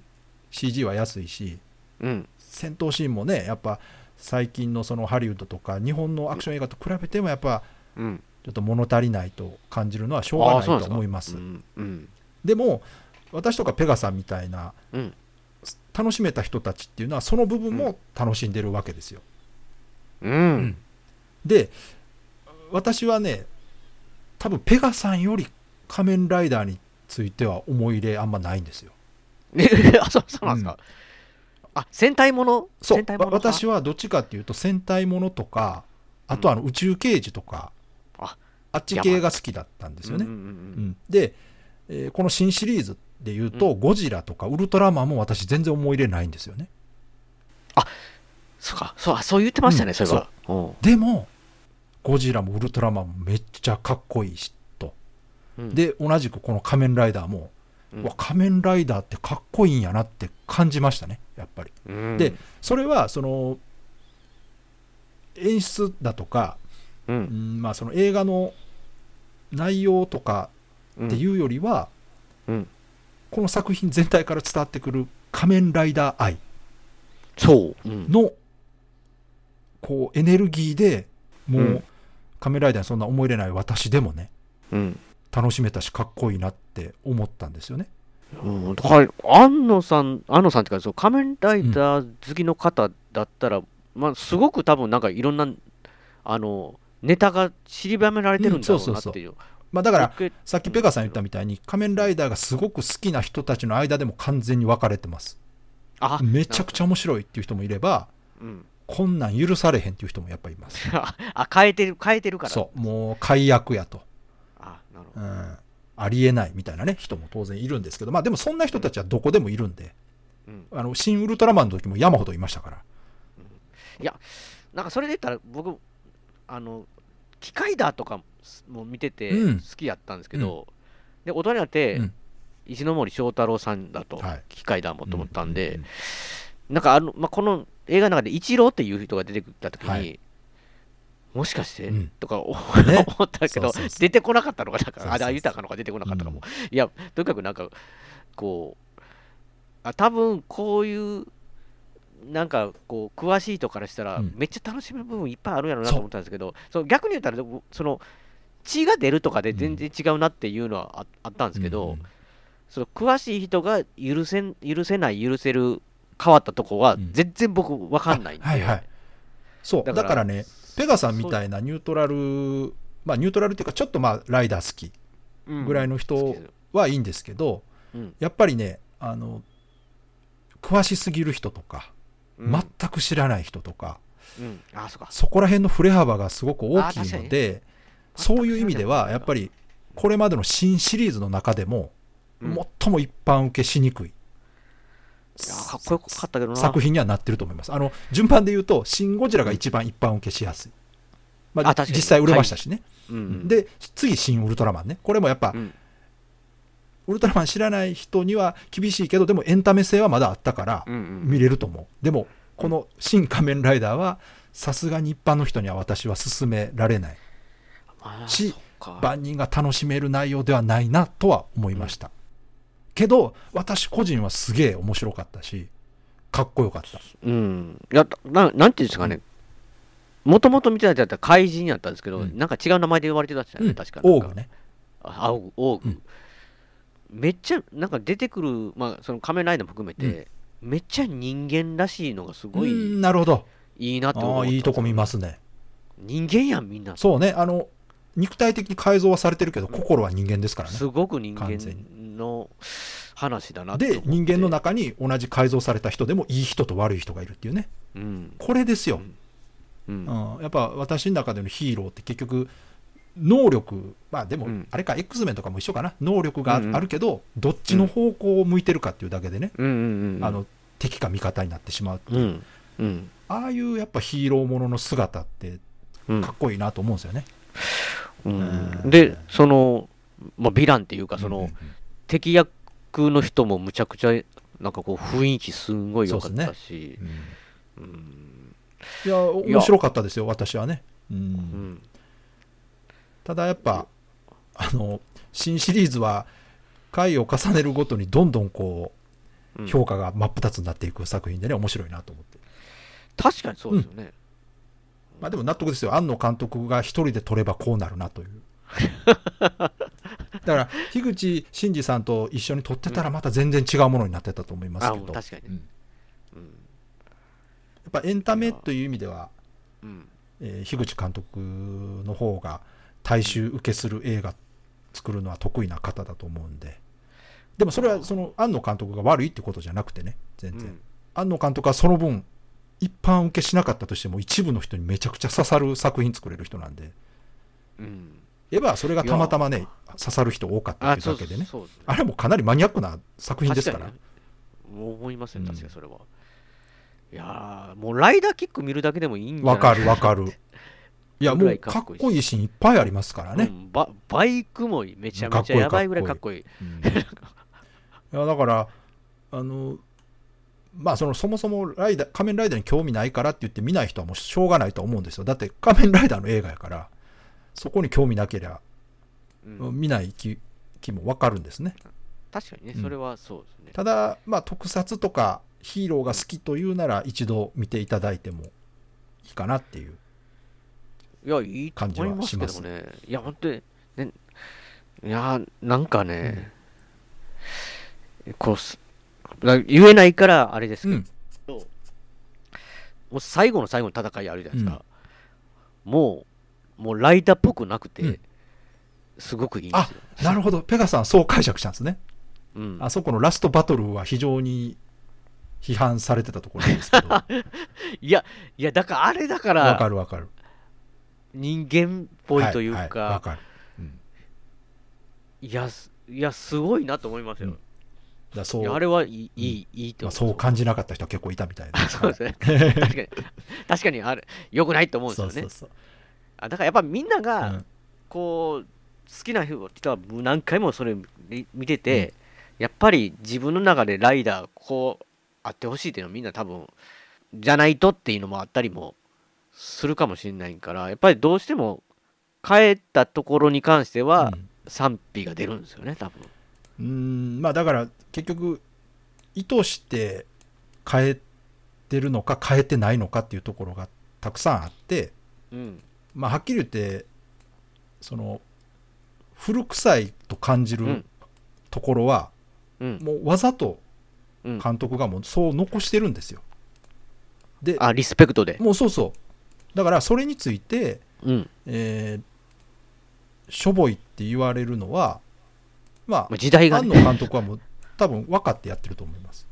CG は安いしうん戦闘シーンもねやっぱ最近のそのハリウッドとか日本のアクション映画と比べてもやっぱうんちょっと物足りないと感じるのはしょうがあなあいそうとなんですか思いますうんうんでも私とかペガさんみたいな、うん楽しめた人たちっていうのはその部分も楽しんでるわけですよ、うんで私はね多分ペガさんより仮面ライダーについては思い入れあんまないんですよえあそうそうなんですかあ戦隊ものそう戦隊わもの私はどっちかっていうと戦隊ものとかあとはあの宇宙刑事とか、うんああっち系が好きだったんですよね、うんうんううんんで、えーこの新シリーズでいうと、ゴジラとかウルトラマンも私全然思い入れないんですよねそうかそうあそう言ってましたねうんそれはうんでもゴジラもウルトラマンもめっちゃかっこいいしと、うんで同じくこの仮面ライダーも、うんうわ仮面ライダーってかっこいいんやなって感じましたねやっぱりうんでそれはその演出だとか、ううんんまあ、その映画の内容とかっていうよりは、うんうんこの作品全体から伝わってくる仮面ライダー愛そううんのこうエネルギーでもう、うん仮面ライダーにそんな思い入れない私でもねうん楽しめたしかっこいいなって思ったんですよね。うんだから安野さん安野さんっていうかそう仮面ライダー好きの方だったらまあすごく多分なんかいろんなあのネタが散りばめられてるんだろうなっていうまあ、だから僕さっきペガさん言ったみたいに仮面ライダーがすごく好きな人たちの間でも完全に分かれてます。あめちゃくちゃ面白いっていう人もいればうん こんなん許されへんっていう人もやっぱいます。あ変えてる変えてるからそうもう解約やと、あなるほどうん、ありえないみたいなね人も当然いるんですけどまあでもそんな人たちはどこでもいるんでうんあの新ウルトラマンの時も山ほどいましたから。なんかそれで言ったら僕あの機械だとかも見ててうん好きやったんですけど、で大人になって、うん石ノ森章太郎さんだと、はい機械だもと思ったんうでう、なんかあの、まあ、この映画の中で一郎っていう人が出てきた時に、はいもしかして、うんとかおね思ったけどそうそうそう出てこなかったのかなんそうかそうあそうあ豊かのが出てこなかったかも、いやとにかくなんかこうあ多分こういうなんかこう詳しい人からしたら、うんめっちゃ楽しむ部分いっぱいあるやろうなそとう思ったんですけどその逆に言ったらその血が出るとかで全然違うなっていうのはあ,、あったんですけど、うんうんその詳しい人が許せん許せない許せる変わったとこはうん全然僕分かんないんで、はいはいそうだだかかららねペガさんみたいなニュートラルまあニュートラルっていうかちょっとまあライダー好きぐらいのの人はいいんですけど、うんやっぱりねあの詳しすぎる人とか、全く知らない人とかうん、あそうかそこら辺の振れ幅がすごく大きいのあで確かにそういう意味ではやっぱりこれまでの新シリーズの中でも、うん最も一般受けしにくいいやかっこよかったけどな作品にはなってると思います。あの順番で言うと、シン・ゴジラが一番一般受けしやすい。まあ、あ確かに実際売れましたしね。うん、で、次、新ウルトラマンね。これもやっぱ、うんウルトラマン知らない人には厳しいけど、でもエンタメ性はまだあったからう、んうん、見れると思う。でも、この新仮面ライダーは、さすがに一般の人には私は勧められない。あしそっか万人が楽しめる内容ではないなとは思いました。けど、私個人はすげえ面白かったし、かっこよかった。うん。いや、ななんていうんですかね。もともと見てたやつだったら怪人やったんですけど、なんか違う名前で言われてたじゃない、うん確かオーグね。あ青ぐ、オーグ、めっちゃ、なんか出てくる、まあ、その仮面ライダーも含めて、めっちゃ人間らしいのがすごういんなるほど。いいなってあ思あ、う。いいとこ見ますね。人間やん、みんな。そうね、あの、肉体的に改造はされてるけど、心は人間ですからね。すごく人間完全の話だなってで、人間の中に同じ改造された人でもいい人と悪い人がいるっていうね。うん。これですよ。うん。うんやっぱ私の中でのヒーローって結局、能力、まあでもうん、あれか、X メンとかも一緒かな。能力があうんうんあるけど、どっちの方向を向いてるかっていうだけでね、うんうんうん。あの、敵か味方になってしまう。うん。うん。ああいうやっぱヒーローものの姿ってうんかっこいいなと思うんですよね。うん、で、その、まあ、ヴィランっていうか、その、うんうんうん敵役の人もむちゃくちゃ、なんかこう、雰囲気すんごい良かったし、いや、いや面白かったですよ、私はね。う、うんん、ただやっぱ、あの、新シリーズは、回を重ねるごとにどんどんこうんう、評価が真っ二つになっていく作品でね、面白いなと思って。確かにそうですよね。まあでも納得ですよ。庵野監督が一人で撮ればこうなるなと いう。だから、樋口真嗣さんと一緒に撮ってたらまた全然違うものになってたと思いますあけど、やっ確かにね。ぱエンタメという意味では、うんえー樋口監督の方が大衆受けする映画作るのは得意な方だと思うんででもそれはその庵野監督が悪いってことじゃなくてね全然、うん庵野監督はその分一般受けしなかったとしても一部の人にめちゃくちゃ刺さる作品作れる人なんでうん、エヴァはそれがたまたまね刺さる人多かったっあていうそうだけでねそうですねあれもかなりマニアックな作品ですから確にね思いますね、うん確かにそれは。いやー、もうライダーキック見るだけでもいいんじゃないわかるわかるいやぐもらういかかっっここいいしいいシーンいっぱいありますからね、うんババイクもめちゃめちゃやばいぐらいかっこいい。いやだからあのまあそのそもそもライダー仮面ライダーに興味ないからって言って見ない人はもうしょうがないと思うんですよだって仮面ライダーの映画やからそこに興味なけりゃうん見ない気気もわかるんですね確かにね、うんそれはそうですね。ただまあ特撮とかヒーローが好きというなら一度見ていただいてもいいかなっていういや、いいと思いますけどもね。いや、本当に、ね、いや、なんかね、こうす、だ言えないからあれですけうんど、もう最後の最後の戦いあるじゃないですか。もう、もうライダーっぽくなくて、うんすごくいいんですよ。なるほどペガさんそう解釈したんですねうん、あそこのラストバトルは非常に批判されてたところなんですけど わいや、いや、だからあれだから、かるわかる人間っぽいというか、ははわかるいや、すいや、すごいなと思いますよ。だからそいうやあれはいい、いい、いいと思いままあ、すそう感じなかった人は結構いたみたいな。そうですね。確かに、確かにあれ、良くないと思うんですよね。そうそうあだからやっぱみんなそうが、うんこう、好きな人は何回もそれ見見てて、やっぱり自分の中でライダー、こう、あってほしいっていうのはみんな多分、じゃないとっていうのもあったりもするかもしれないから、やっぱりどうしても、帰ったところに関してはうん賛否が出るんですよね、多分。うーんまあだから結局意図して変えてるのか変えてないのかっていうところがたくさんあって、うん。まあ、はっきり言ってその古臭いと感じうるんところは、うん。もうわざとうん、監督がもうそう残してるんですよ。であ、リスペクトで。もうそうそうだからそれについてうん。えーしょぼいって言われるのは、ままああ、時代が、庵野ね。監督はもう多分分かってやってると思います。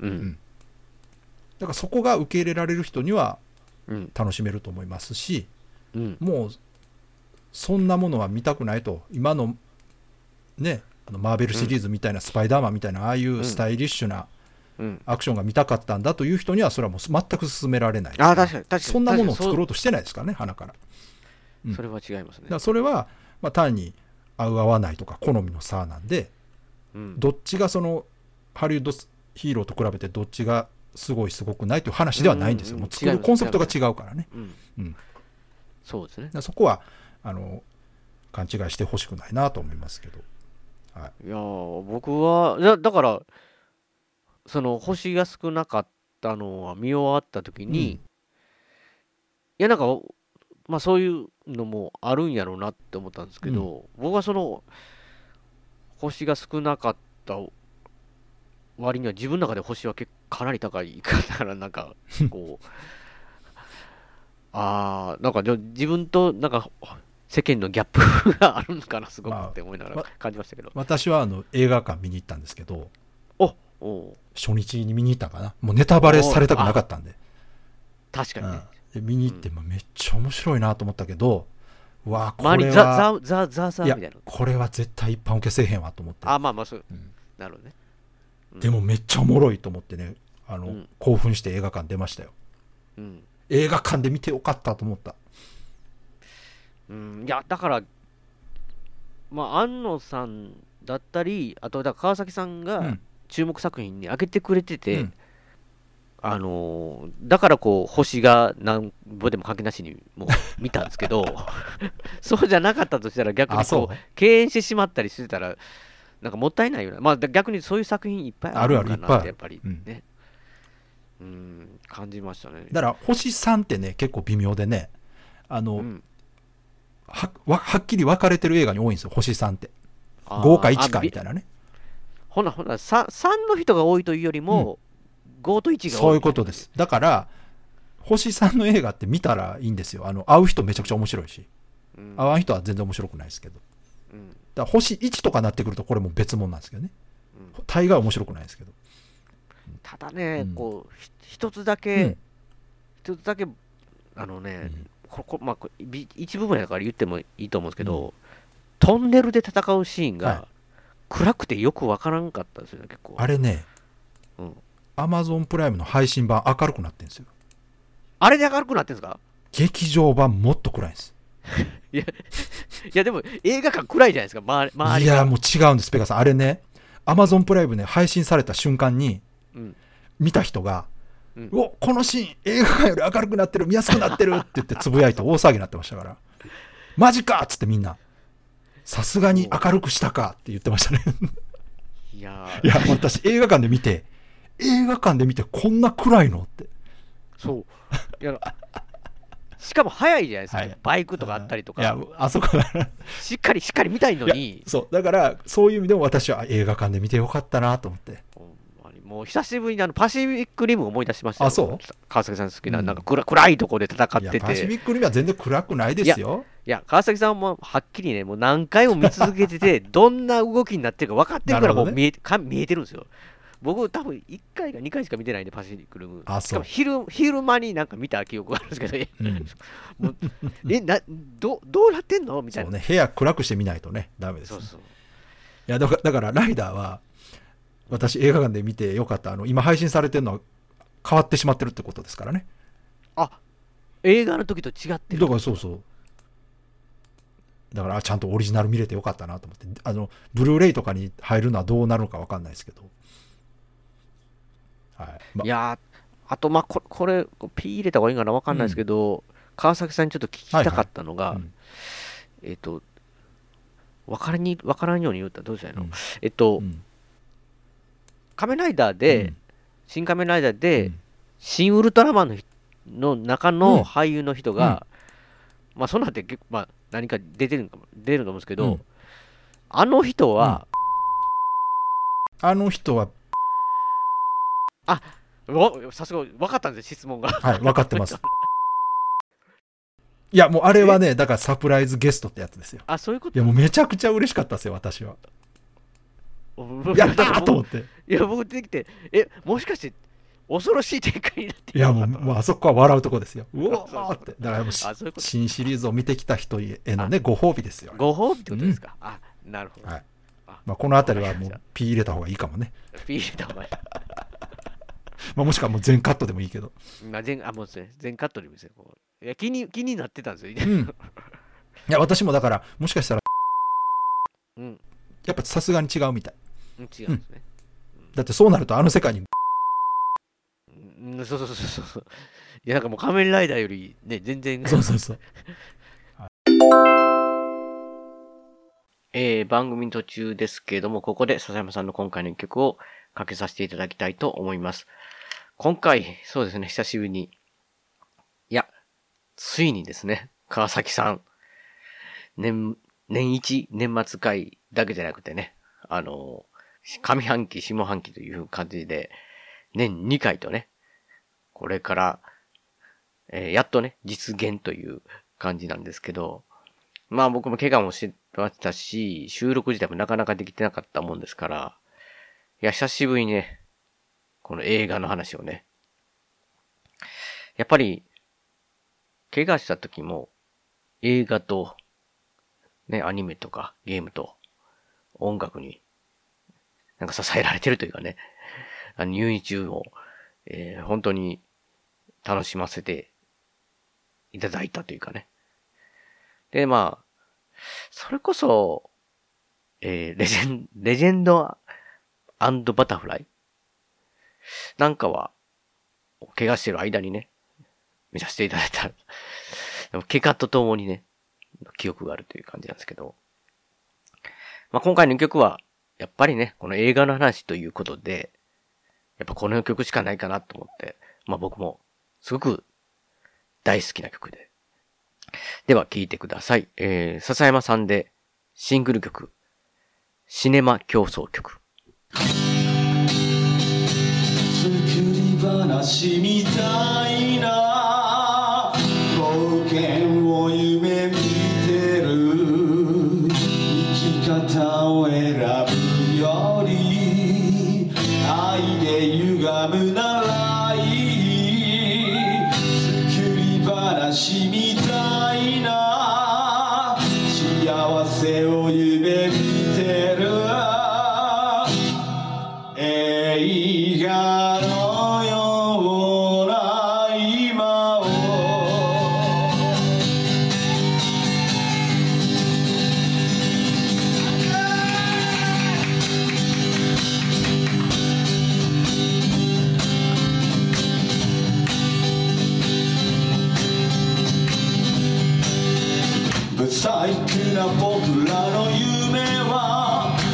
うん。だからそこが受け入れられる人にはうん。楽しめると思いますし、うん。もうそんなものは見たくないと、今のね、あのマーベルシリーズみたいな、スパイダーマンみたいな、ああいうスタイリッシュなうん。アクションが見たかったんだという人には、それはもう全く勧められないですね、あー確かに確かにそんなものを確かにそう作ろうとしてないですからね、鼻から。うんそれは違いますだねか。らそれは、まあ、単に合う合わないとか、好みの差なんで、うんどっちがそのハリウッドヒーローと比べてどっちがすごいすごくないという話ではないんですよ。うんうんもうんう作る違いますコンセプトが違うからね。うんうんそうですねだか。らそこはあの勘違いしてほしくないなと思いますけど。いやー僕はだだからその星が少なかったのは見終わった時に、いやなんかまあそういうのもあるんやろうなって思ったんですけど、僕はその星が少なかった割には自分の中で星は結構かなり高いからなん かこうああなんかじゃあ自分となんか世間のギャップがあるのかなすごくって思いながら感じましたけど、私はあの映画館見に行ったんですけどおお初日に見に行ったかなもうネタバレされたくなかったんで確かにね、で見に行って、まあめっちゃ面白いなと思ったけどうわあこ周れはりザザザザザいやみたいなこれは絶対一般受けせえへんわと思ってあまあまあそう、なるほどねでもめっちゃおもろいと思ってねあの、うん興奮して映画館出ましたようん、映画館で見てよかったと思ったうん、いやだからまあ安野さんだったりあとだから川崎さんが注目作品に挙げてくれてて、あのーだからこう星がなんぼでも関係なしにもう見たんですけ どそうじゃなかったとしたら逆にあそこう敬遠してしまったりしてたらなんかもったいないようなまあだ逆にそういう作品いっぱいあるのかなあるあるいっぱいっあてるやっぱりねうん感じましたねだから星3ってね結構微妙でねあの、はわはっきり分かれてる映画に多いんですよ星3ってあー5か1かみたいなねほなほな 3, 3の人が多いというよりも、5と1が多いそういうことですだから星3の映画って見たらいいんですよあの会う人めちゃくちゃ面白いし、うん会わん人は全然面白くないですけどうんだから星1とかなってくるとこれもう別物なんですけどねうん大概面白くないですけどただね、こうひ一つだけ、一つだけあのね、ここまあこれび一部分やから言ってもいいと思うんですけど、トンネルで戦うシーンが、暗くてよくわからんかったんですよね結構あれねうんアマゾンプライムの配信版明るくなってるんですよあれで明るくなってんですか劇場版もっと暗いんですいやいやでも映画館暗いじゃないですか周り周いりがやもう違うんですペガさんあれねアマゾンプライムね配信された瞬間にうん見た人が「うんおこのシーン映画館より明るくなってる見やすくなってる」って言ってつぶやいて大騒ぎになってましたから「マジか!」っつってみんな「さすがに明るくしたか」って言ってましたねいやいや私映画館で見て映画館で見てこんな暗いのってそういやしかも早いじゃないですか、バイクとかあったりといやかあそこからしっかりしっかり見たいのにいやそうだからそういう意味でも私はあ映画館で見てよかったなと思ってもう久しぶりにあのパシフィックリムを思い出しましたよあそう川崎さん好きな、うんなんか暗暗いところで戦っいてやてパシフィックリムは全然暗くないですよいや川崎さんもはっきりねもう何回も見続けて てどんな動きになってるか分かってるからなるもほうどね見え,、か見えてるんですよ僕多分1回か2回しか見てないんでパシフィックリムあしかもそう昼昼間になんか見た記憶があるんですけど、 えうんもうえなどどうなってんのみたいそうなね、部屋暗くしてみないとね、ダメです、ね。そうそういやだから、だからライダーは、私、映画館で見てよかった、あの今、配信されてるのは変わってしまってるってことですからね。あ映画の時と違ってだから、そうそう。だから、あちゃんとオリジナル見れてよかったなと思って、あの、ブルーレイとかに入るのはどうなるのか分かんないですけど。はい。まいやーあと、まあこ、これ、P 入れた方がいいんかな、わかんないですけど、川崎さんにちょっと聞きたかったのが、えっ、と、わからに、わからんように言ったらどうしたらいいの、えっと、仮面ライダーで、新仮面ライダーで、新ウルトラマンのひの中の俳優の人が、まあ、その後で結構、まあ、何か出てるんかも、出ると思うんですけど、うんあの人は、あの人は、わさすが、分かったんですよ、質問が。はい、分かってます。 いや、もうあれはね、だからサプライズゲストってやつですよ。あ、そういうこと いや、もうめちゃくちゃ嬉しかったですよ、私は。うんやったーと思って。いや、僕出てきて、え、もしかして、恐ろしい展開になっていやもう、もうあそこは笑うとこですよ。うおそうそうーって。だからもうしあそういうこと新シリーズを見てきた人へのね、ご褒美ですよ。ご褒美ってことですか、あ、なるほど。はいあまあ、この辺りはもわかう P 入れた方がいいかもね。りましたピータまあ、もしくはもう全カットでもいいけど。ーまあ、全あもうですね、全カットで見せる。こういや気に気になってたんですよ。うん。いや、私もだから、もしかしたら、うん、やっぱさすがに違うみたい。うん違うんですね。だってそうなると、あの世界に、うん、そうそうそうそうそう。いや、なんかもう仮面ライダーより ね、全然。そうそうそう。ええー番組の途中ですけれども、ここで笹山さんの今回の一曲をかけさせていただきたいと思います。今回、そうですね、久しぶりに。いや、ついにですね、川崎さん、年、年一、年末回だけじゃなくてね、あの、上半期、下半期という感じで、年2回とね、これから、えーやっとね、実現という感じなんですけど、まあ僕も怪我もしてましたし、収録自体もなかなかできてなかったもんですから、いや、久しぶりにね、この映画の話をね、やっぱり、怪我した時も、映画と、ね、アニメとかゲームと、音楽に、なんか支えられてるというかね、あの入院中を、えー本当に楽しませていただいたというかね。で、まあ、それこそ、えーレジェン、 レジェンドバタフライなんかは、怪我してる間にね、見させていただいた。 でも怪我とともにね、記憶があるという感じなんですけど。まあ、今回の曲は、やっぱりね、この映画の話ということで、やっぱこの曲しかないかなと思って、まあ、僕も、すごく、大好きな曲で。では、聴いてください。えー、笹山さんで、シングル曲、シネマ競争曲。作り話みたいな冒険を夢見てる生き方を選ぶより愛で歪むならいい作り話みたいな幸せを夢見てる映画のような今を不細工な僕らの夢は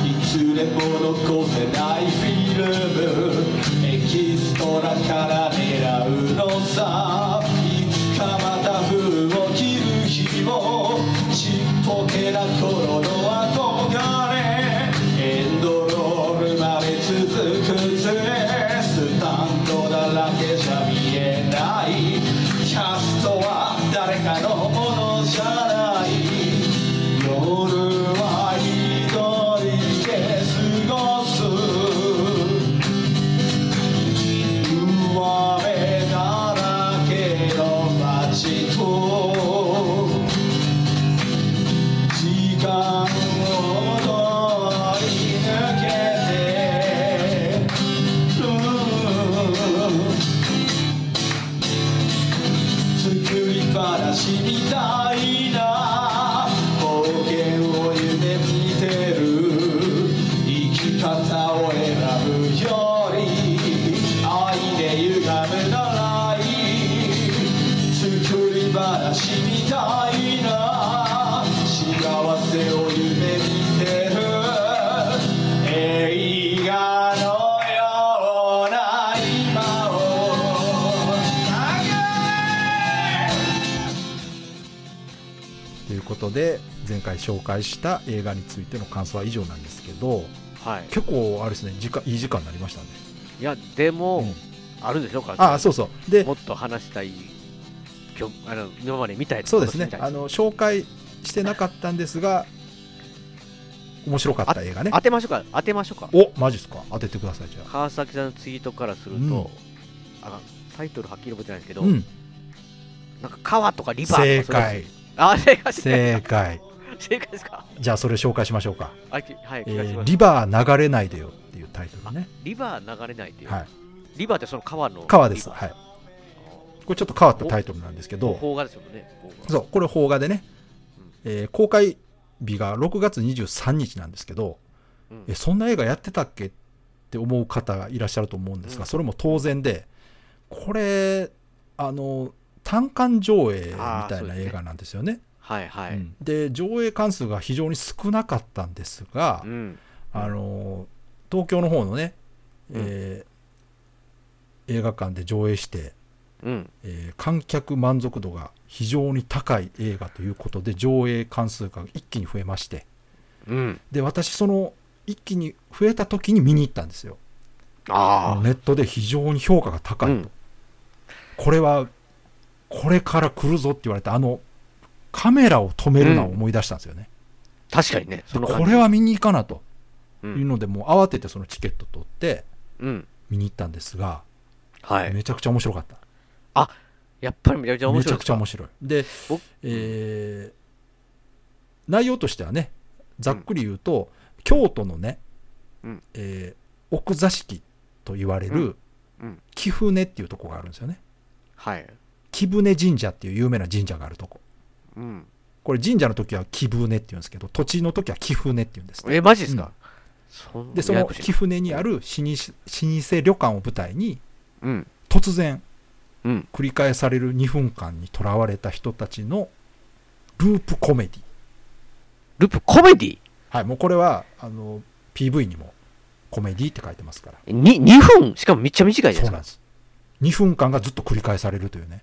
いつでも残せないフィルムエキストラから狙うのさいつかまた風を切る日もちっぽけな頃の憧れエンドロールまで続くぜスタンドだらけじゃ見えないキャストは誰かのものじゃない夜は一人で過ごす生まれだらけの街と時間を通り抜けてうん作り話みたいな冒険を夢見てる生き方を選ぶより愛で歪むならいい作り話みたいな幸せを夢見てる映画のような今をということで前回紹介した映画についての感想は以上なんですけど、結構あれですね時間いい時間になりましたねいや、でも、あるでしょうかああそうそうでもっと話したい、今日、あの、今まで見たやつそうです今ね年見たやあの紹介してなかったんですが面白かった映画ねつ当てましょうか、当てましょうか。おマジっすか当ててくださいじゃあ川崎さんのツイートからすると、うんあタイトルはっきり覚えてないんですけど、うんなんか川とかリバーとかそういうやつ正解あ、正解正解正解ですかじゃあそれ紹介しましょうかあきはいえお願いしーますリバー流れないでよっていうタイトルねリバー流れないっていう。はいリバーってその川の。川ですはいこれちょっと変わったタイトルなんですけど邦画ですよね。邦画そう、これ邦画でね、えー公開日が6月23日なんですけど、うんえそんな映画やってたっけって思う方いらっしゃると思うんですが、それも当然で、これ、あの、単館上映みたいな映画なんですよね。はいはい。うんで上映関数が非常に少なかったんですが、うんあの東京の方のね、えー映画館で上映して、うん。えー観客満足度が非常に高い映画ということで上映関数が一気に増えましてうん。で私その一気に増えた時に見に行ったんですよあネットで非常に評価が高いと、これはこれから来るぞって言われたあのカメラを止めるなを思い出したんですよね、確かにね。そので感こじれは見に行かなとう。いうんので、もう慌ててそのチケット取ってうん。見に行ったんですが、はい。めちゃくちゃ面白かったあ、やっぱりめちゃくちゃ面めち白いゃでくすちゃか。面白いで、えー内容としてはねざっくり言うと、京都のね、うんえー奥座敷と言われるうんうん貴船っていうとこがあるんですよねはい。貴船神社っていう有名な神社があるとこうん。これ神社の時は貴船っていうんですけど土地の時は貴船っていうんですねえ、マジですか、そんでそやのやこしい貴船にある老舗老舗旅館を舞台にうん。突然うん。繰り返される2分間にとらわれた人たちのループコメディループコメディはいもうこれはあの PV にもコメディって書いてますからに ?2 分しかもめっちゃ短いじゃそうないなんでですす2分間がずっと繰り返されるというね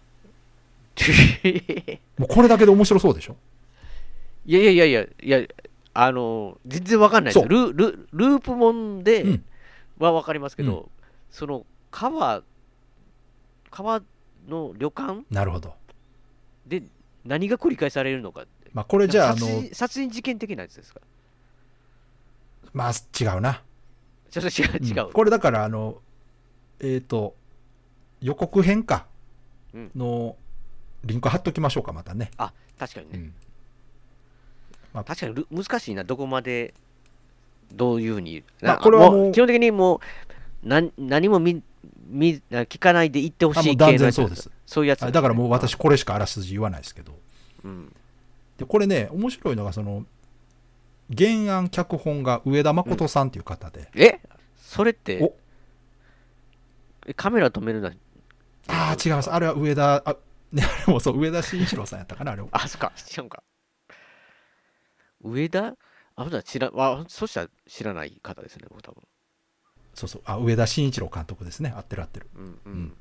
か。もうこれだけで面白そうでしょ いやいやいやいや、いや、あの、全然わかんないですよ。ルルループもんうでんはわかりますけど、その川、川の旅館なるほど、で何が繰り返されるのかって。まあ、これじゃああ殺の人殺人事件的なやつですかまあ違うなちょっと違う、違う。これだからあのえっ、と予告編かうんのリンク貼っときましょうかまたねあ、確かにね。うんまあ確かにル難しいな、どこまで、どういうふうに。まあなこれはもう基本的にもう、なん何も見見な聞かないで行ってほしあもうい系の断やつ然そうですそういうやつはなんいですね、だからもう私これしかあらすじ言わないですけどうん。でこれね面白いのがその原案脚本が上田誠さんっていう方で、えそれってお、えカメラ止めるな。ああ違いますあれは上田あ,、ね、あれもそう上田慎一郎さんやったかなあれもあ、そっか、違うんか。上田あ、ほんとだ知ら、あ、そしたら知らない方ですね、僕多分。そうそうあ上田慎一郎監督ですね合ってる合ってるうんうんうん。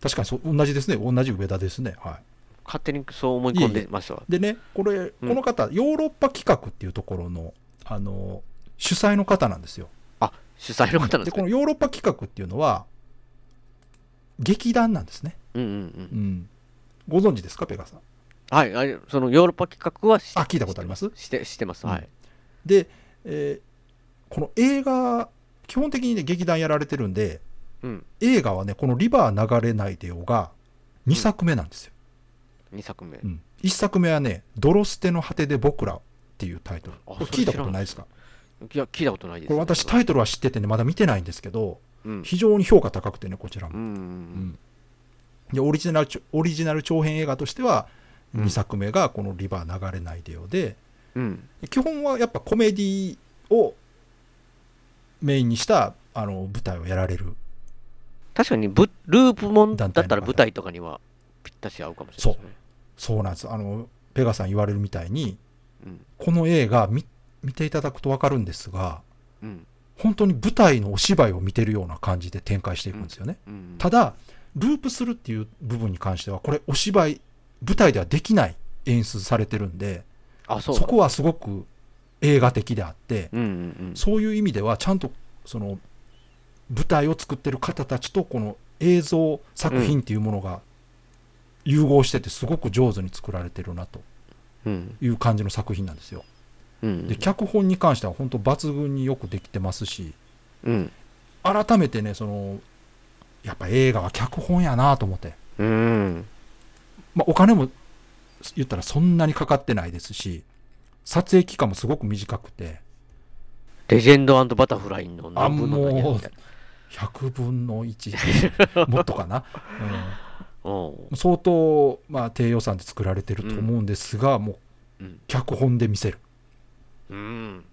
確かにそう同じですね同じ上田ですねは勝手にそう思い込んでましたわ。いでねこれこうんの方、ヨーロッパ企画っていうところのあの主催の方なんですよあ、主催の方なんですでこねの。ヨーロッパ企画っていうのは劇団なんですね、うんうんうんう。ん、ご存知ですかペガさんはい、あれそのヨーロッパ企画はしあ聞いたことありますしてしてます、うんはい。で、えーこの映画基本的にね劇団やられてるんでうん、映画はねこの「リバー流れないでよ」が2作目なんですよ、 2作目。うん1作目はね「泥捨ての果てで僕ら」っていうタイトルこれそれ聞いたことないですかいや、聞いたことないです、これ私タイトルは知っててねまだ見てないんですけどうん。非常に評価高くてねこちらうも、んでオリジナルちょオリジナル長編映画としてはうん2作目がこの「リバー流れないでよ」でうん。うん。基本はやっぱコメディをメインにしたあの舞台をやられる確かにぶ、ループもんだ団っ体たのら舞台とかにはぴったし合うかもしれないですね。そうなんですあのペガさん言われるみたいにうん。この映画見見ていただくと分かるんですがうん。本当に舞台のお芝居を見てるような感じで展開していくんですよね、うん。ただループするっていう部分に関してはこれお芝居舞台ではできない演出されてるんであ、そそうなんだ。こはすごく映画的であって、うんうんそういう意味ではちゃんとその舞台を作ってる方たちとこの映像作品っていうものが融合しててすごく上手に作られてるなとうん。うん。いう感じの作品なんですよ。うん。で脚本に関しては本当抜群によくできてますしうん。改めてねそのやっぱ映画は脚本やなと思って、うん。まあ、お金も言ったらそんなにかかってないですし撮影期間もすごく短くてレジェンドバタフライのあ何分の何やもうみたいな。 100分の1もっとかな、おうん、相当、まあ、低予算で作られてると思うんですが、もううん。脚本で見せるうん。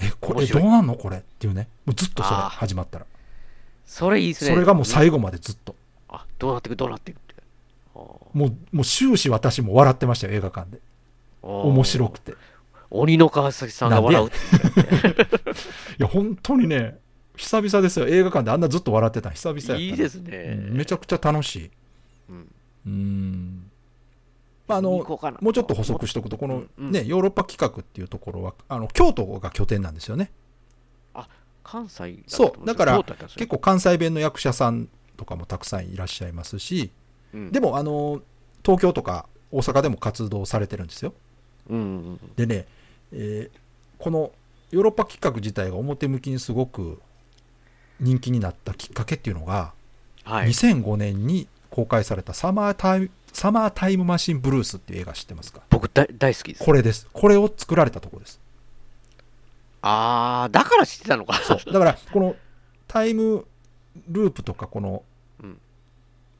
えこれ面白どいうなんのこれっていうねもうずっとそれあー始まったらそれいいですそね。れがもう最後までずっとあ、どうなっていく、どうなっていくって。あーもうもう終始私も笑ってましたよ映画館で面白くて。鬼の川崎さんが笑うってなんでいや、本当にね、久々ですよ。映画館であんなずっと笑ってたの久々やったいいですねうんめちゃくちゃ楽しい。うん。まあ、あの、もうちょっと補足しておくと、この、ね、ヨーロッパ企画っていうところは、あの、京都が拠点なんですよね。関西だと思そう。んでだすよから京都やったんですよ結構関西弁の役者さんとかもたくさんいらっしゃいますし、でもあの東京とか大阪でも活動されてるんですよ。でね、えーこのヨーロッパ企画自体が表向きにすごく人気になったきっかけっていうのが、2005年に公開されたサマータイム「サマータイムマシンブルース」っていう映画知ってますか僕大大好きですこれですこれを作られたところですああだから知ってたのかだからこのタイムループとかこのうん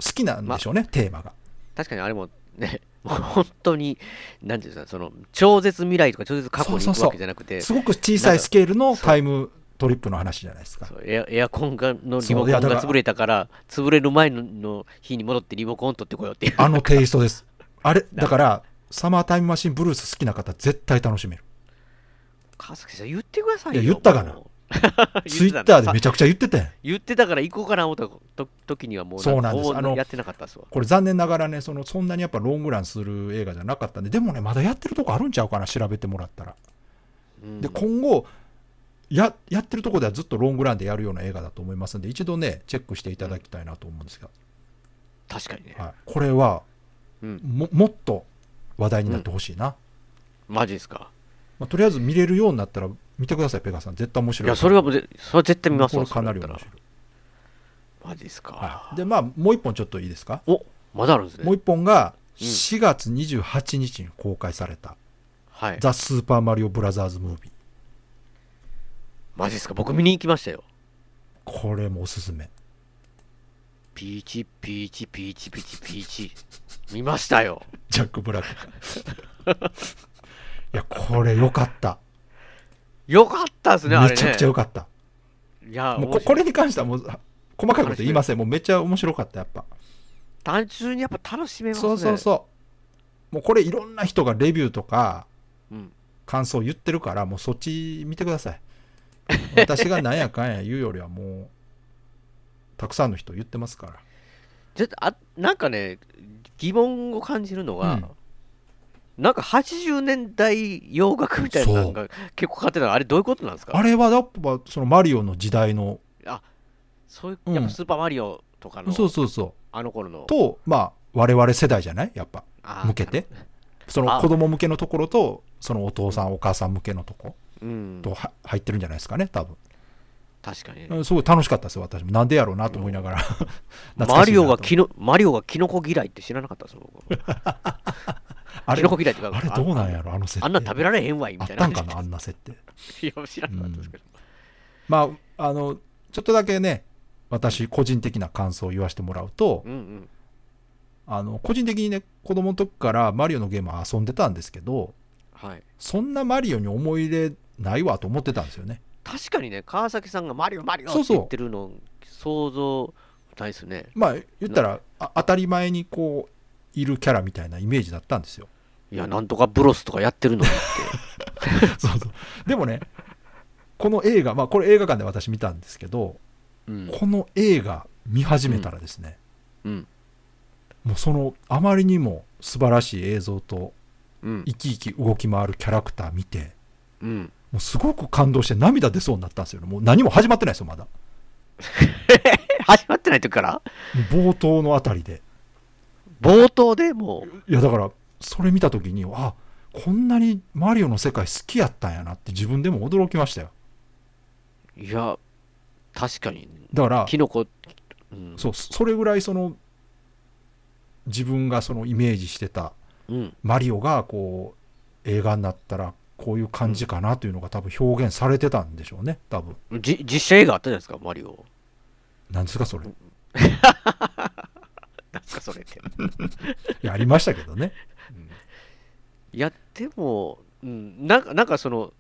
好きなんでしょうね、テーマが 確かにあれもね、もう本当に、なんていうんですか、その超絶未来とか超絶過去に行くわけじゃなくて、すごく小さいスケールのタイムトリップの話じゃないですかなんかエアエアコンがのリそモうコいンやだかがら潰れたから、潰れる前のの日に戻ってリモコン取ってこようっていう。あのテイスト ですあれだからサマータイムマシンブルース好きな方絶対楽し める川崎さん、言ってくださいいやよ。言ったかなもう ツイッターでめちゃくちゃ言ってたやん言ってたから行こうかな思ったと時にはもうそうなんでほすぼあのやってなかったっすわ。これ残念ながらねそのそんなにやっぱロングランする映画じゃなかったんででもねまだやってるとこあるんちゃうかな調べてもらったら、で今後ややってるとこではずっとロングランでやるような映画だと思いますんで一度ねチェックしていただきたいなと思うんですが、確かにね。はい、これは、うんももっと話題になってほしいな、マジですか。まあ、とりあえず見れるようになったら見てくださいペガさん絶対面白いいや、それはもうぜ、それは絶対見ますわ。これかなり面白いそれだったらマジですか。でまあもう一本ちょっといいですかおまだあるんですねもう一本が4月28日に公開されたはい「ザ・スーパーマリオブラザーズ・ムービーマジですか。僕見に行きましたよ。」これもおすすめピーチピーチピーチピーチピーチ見ましたよジャック・ブラック かいやこれよかったよかったですねあれねめちゃくちゃよかったいやもう面白こいこれに関してはもうあ細かいこと言いませんもうめっちゃ面白かったやっぱ単純にやっぱ楽しめますねそうそうそうもうこれいろんな人がレビューとかうん感想言ってるからもうそっち見てく ださい私がなんやかんや言うよりはもうたくさんの人言ってますからちょっとあなんかね疑問を感じるのが、うんなんか80年代洋楽みたいなのが結構かかってたのあれどういうことなんですかあれはやっぱそのマリオの時代のそういううんやっぱスーパーマリオとかの、そうそうそあの頃うのとまあ我々世代じゃないやっぱあー向けてそあのー子供向けのところとそのお父さんお母さん向けのとこうんとは入ってるんじゃないですかね多分確かにね、うんすごい楽しかったですよ私もなんでやろうなと思いながら懐マかしリいなとオがキノマリオがキノコ嫌いって知らなかったです僕あキれノコ嫌いってかあれどうなんやろあの設定あんな食べられへんわいみたいなあったんかなあんな設定い や知らなかったですけど、まあ、あの、ちょっとだけね、私、個人的な感想を言わせてもらうと、うんうんあの、個人的にね、子供の時からマリオのゲームは遊んでたんですけど、はい、そんなマリオに思い入れないわと思ってたんですよね。確かにね川崎さんが「マリオマリオ」そうってそう言ってるの想像ないですねまあ、言っなたら、あ当たり前にこう、いるキャラみたいなイメージだったんですよ。いやなんとかブロスとかやってるのにってそうそう。でもね、この映画、まあ、これ映画館で私見たんですけど、この映画見始めたらですね、うんもうそのあまりにも素晴らしい映像とうん生き生き動き回るキャラクター見てうんもうすごく感動して涙出そうになったんですよねもう何も始まってないですよまだ始まってない時から冒頭のあたりで冒頭でもういやだからそれ見た時にあこんなにマリオの世界好きやったんやなって自分でも驚きましたよいや確かにだからキノコそうそれぐらいその自分がそのイメージしてたうんマリオがこう映画になったらこういう感じかなというのが多分表現されてたんでしょうね多分じ実写映画あったじゃないですかマリオなんですかそれいなんかそれってやありましたけど ねいやでも、うん、なんかなんかその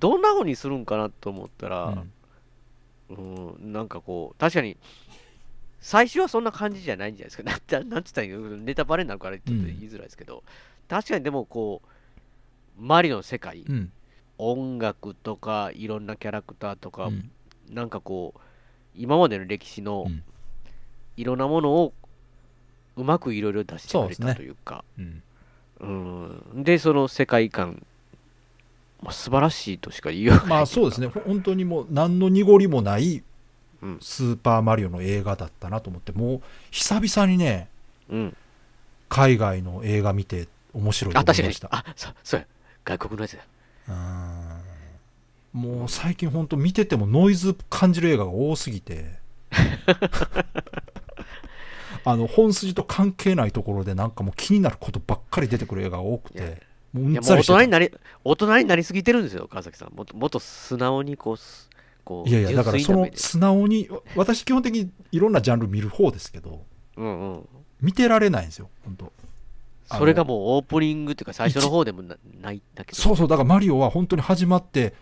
どんな風にするんかなと思ったら、うんなんかこう確かに最初はそんな感じじ ゃないんじゃないですかなんてなんつったらいいのネタバレになるからちょっと言いづらいですけど、確かにでもこう周りの世界、うん音楽とかいろんなキャラクターとか、なんかこう今までの歴史のいろんなものをうまくいろいろ出してくれたというかうんでその世界観、まあ、素晴らしいとしか言いようがない、まあそうですね、ほ本当にもう何の濁りもないスーパーマリオの映画だったなと思って、もう久々にね、海外の映画見て面白いとあ思確いかまにした。あそそうや外国のやつだもう最近本当見ててもノイズ感じる映画が多すぎて あの本筋と関係ないところでなんかもう気になることばっかり出てくる映画が多くてもうういんやもざう大りして人たになり大人になりすぎてるんですよ川崎さんもっともっと素直にこうすこういやいやだから純そ粋なの目で素直にわ私基本的にいろんなジャンル見る方ですけどうんうん見てられないんですよ本当あのそれがもうオープニングっていうか最初の方でもなないんだけどそうそうだからマリオは本当に始まって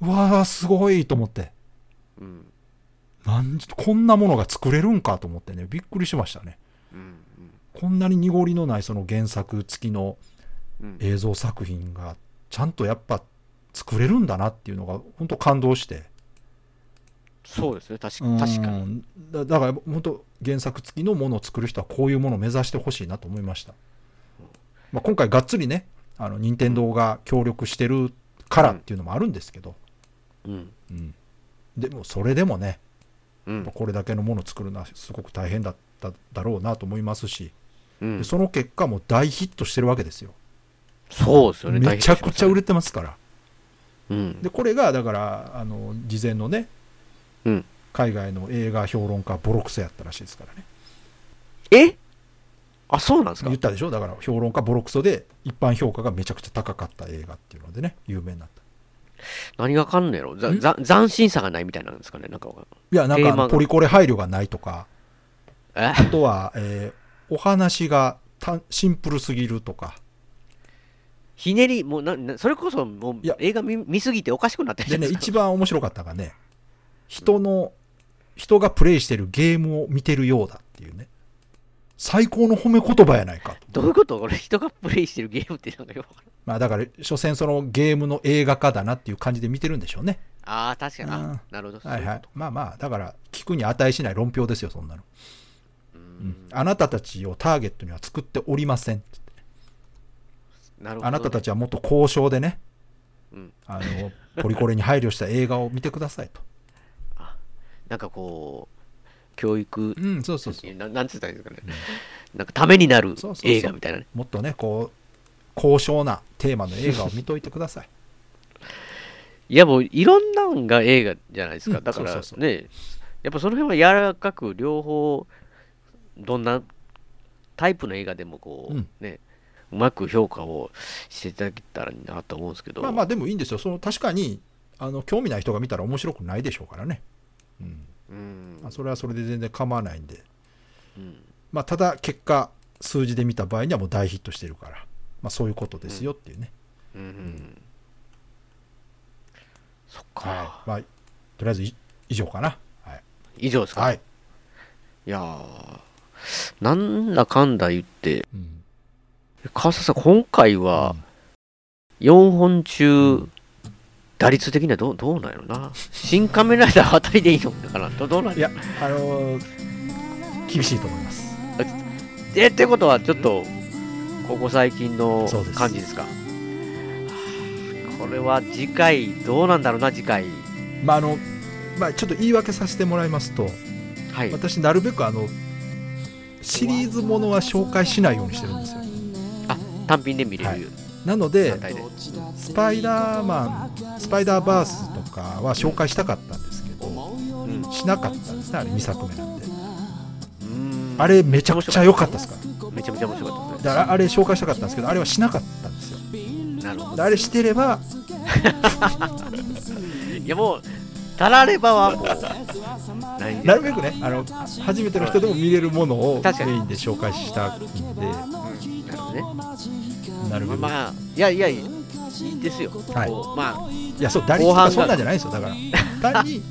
うわーすごいと思ってうんなんこんなものが作れるんかと思ってねびっくりしましたねうんこんなに濁りのないその原作付きのうん映像作品がちゃんとやっぱ作れるんだなっていうのが本当感動してそうですね確うんか確かにだだから本当原作付きのものを作る人はこういうものを目指してほしいなと思いました、まあ、今回がっつりねあの任天堂が協力してるからっていうのもあるんですけど、うんうんでもそれでもね、うんやっぱこれだけのものを作るのはすごく大変だっただろうなと思いますし、うんでその結果もう大ヒットしてるわけですよそうですよねめちゃくちゃ売れてますからうんでこれがだからあの事前のね、うん海外の映画評論家ボロクソやったらしいですからねえあそうなんですか言ったでしょだから評論家ボロクソで一般評価がめちゃくちゃ高かった映画っていうのでね有名になった何がわかんねえろざざ斬新さがないみたいなんですかねなんかわかんいやなんテかーあマのがポリコレ配慮がないとかえあとは、えーお話が単シンプルすぎるとかひねりもうななそれこそもう映画見見すぎておかしくなってるじゃでな ねいですか一番面白かったのがね人の人がプレイしてるゲームを見てるようだっていうね最高の褒め言葉やないか とどういうことこれ人がプレイしてるゲームってなんかよくわかんないまあだから、所詮そのゲームの映画化だなっていう感じで見てるんでしょうね。ああ確かにうんあなるほどそうはいいうはい。まあまあ、だから、聞くに値しない論評ですよ、そんなの。うんあなたたちをターゲットには作っておりません。なるほどねあなたたちはもっと交渉でね、うんあの、ポリコレに配慮した映画を見てくださいと。なんかこう教育うんそうそうそうななんつったらいいんですかね、なんかためになるそうそうそう映画みたいなねもっとね、こう、高尚なテーマの映画を見といてください。いやもういろんなんが映画じゃないですか、うんだからねそうそやっぱその辺は柔らかく両方どんなタイプの映画でもこう、うんねうまく評価をしていただけたらなと思うんです けど、まあまあ、でもいいんですよ。その確かに、あの、興味ない人が見たら面白くないでしょうからね。うんまあそれはそれで全然構わないんで。うんまあ、ただ結果数字で見た場合にはもう大ヒットしてるから、まあ、そういうことですよっていうね、うんうんそっか、まあ、とりあえずい以上かな、はい、以上ですか、はい、いやーなんだかんだ言って、川崎さん今回は4本中打率的にはどうどうなんやろな新仮面ライダーあたりでいいのかなどどうなんいやあのー厳しいと思いますえってことはちょっとここ最近の感じですかこれは次回どうなんだろうな次回まああの、まあ、ちょっと言い訳させてもらいますと、はい、私なるべくあのシリーズものは紹介しないようにしてるんですよ単品で見れる、なので単体でスパイダーマンスパイダーバースとかは紹介したかったんですけど、しなかったんですねあれ2作目なんであれめちゃくちゃ良かったですからめちゃめちゃ面白かったですねだからあれ紹介したかったんですけどあれはしなかったんですよなるほであれしてればどいやもうたられば はもうないんでなるべくねあの初めての人でも見れるものをメ確かにインで紹介したいんでなるほどねなるべく、まあいやいやいいですよ、はいこうまあいやそう打率とかそんなんじゃないですよ だから単に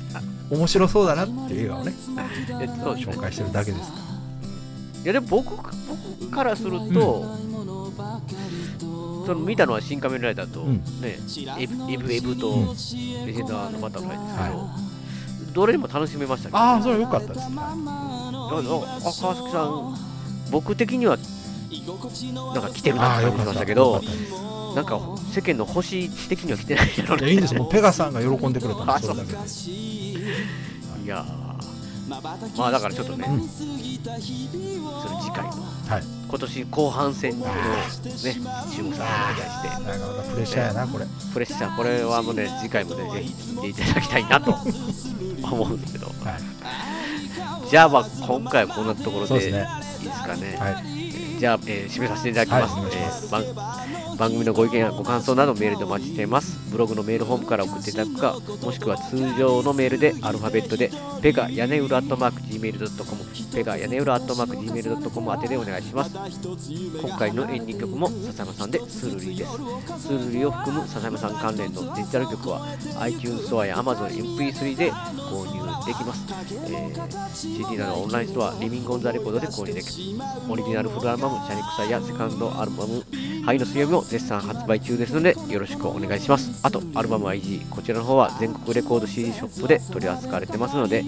面白そうだなっていう映画をねえっと紹介してるだけですいやでも僕僕からすると、ちょその見たのは「新仮面ライダーと」うんねエブエブエブとうん「レジェンドバタフライ」ですけど、どれも楽しめましたけどああ、それ良かったでなす。んかあ川崎さん僕的にはなんか来てるなって感じしましたけあーよどかなんか世間の星的には来てないだろういねやいいんですよ、もうペガさんが喜んでくれたんであすそそうれだけかでいやーまあだからちょっとね、うんそれ次回のはい今年後半戦のね注目されていただきたいしてプレッシャーやなこれプレッシャーこれはもうね次回もねぜひ聞いていただきたいなと思うんですけど、じゃあまあ今回はこんなところそうでいでいすでねすかねはじゃあ、えー締めさせていただきます、はいお願いしますえー番番組のご意見やご感想などメールでお待ちしていますブログのメールフォームから送っていただくかもしくは通常のメールでアルファベットでペガ屋根裏アットマーク Gmail.com ペガ屋根裏アットマーク Gmail.com 宛てでお願いします今回のエンディング曲も笹山さんでスルリですスルリを含む笹山さん関連のデジタル曲は iTunes ストアや AmazonMP3 で購入できます、えー CD などオンラインストアリビング・オン・ザ・レコードで購入できますオリジナルフルアルバム「シャニクサイ」やセカンドアルバム「灰の強み」も絶賛発売中ですのでよろしくお願いしますあとアルバム IG こちらの方は全国レコード CD ショップで取り扱われてますので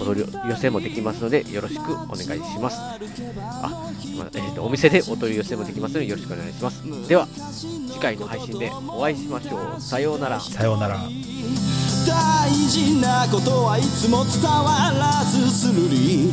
お取り寄せもできますのでよろしくお願いしますあ、まあえーとお店でお取り寄せもできますのでよろしくお願いしますでは次回の配信でお会いしましょうさようならさようなら大事なことはいつも伝わらずするり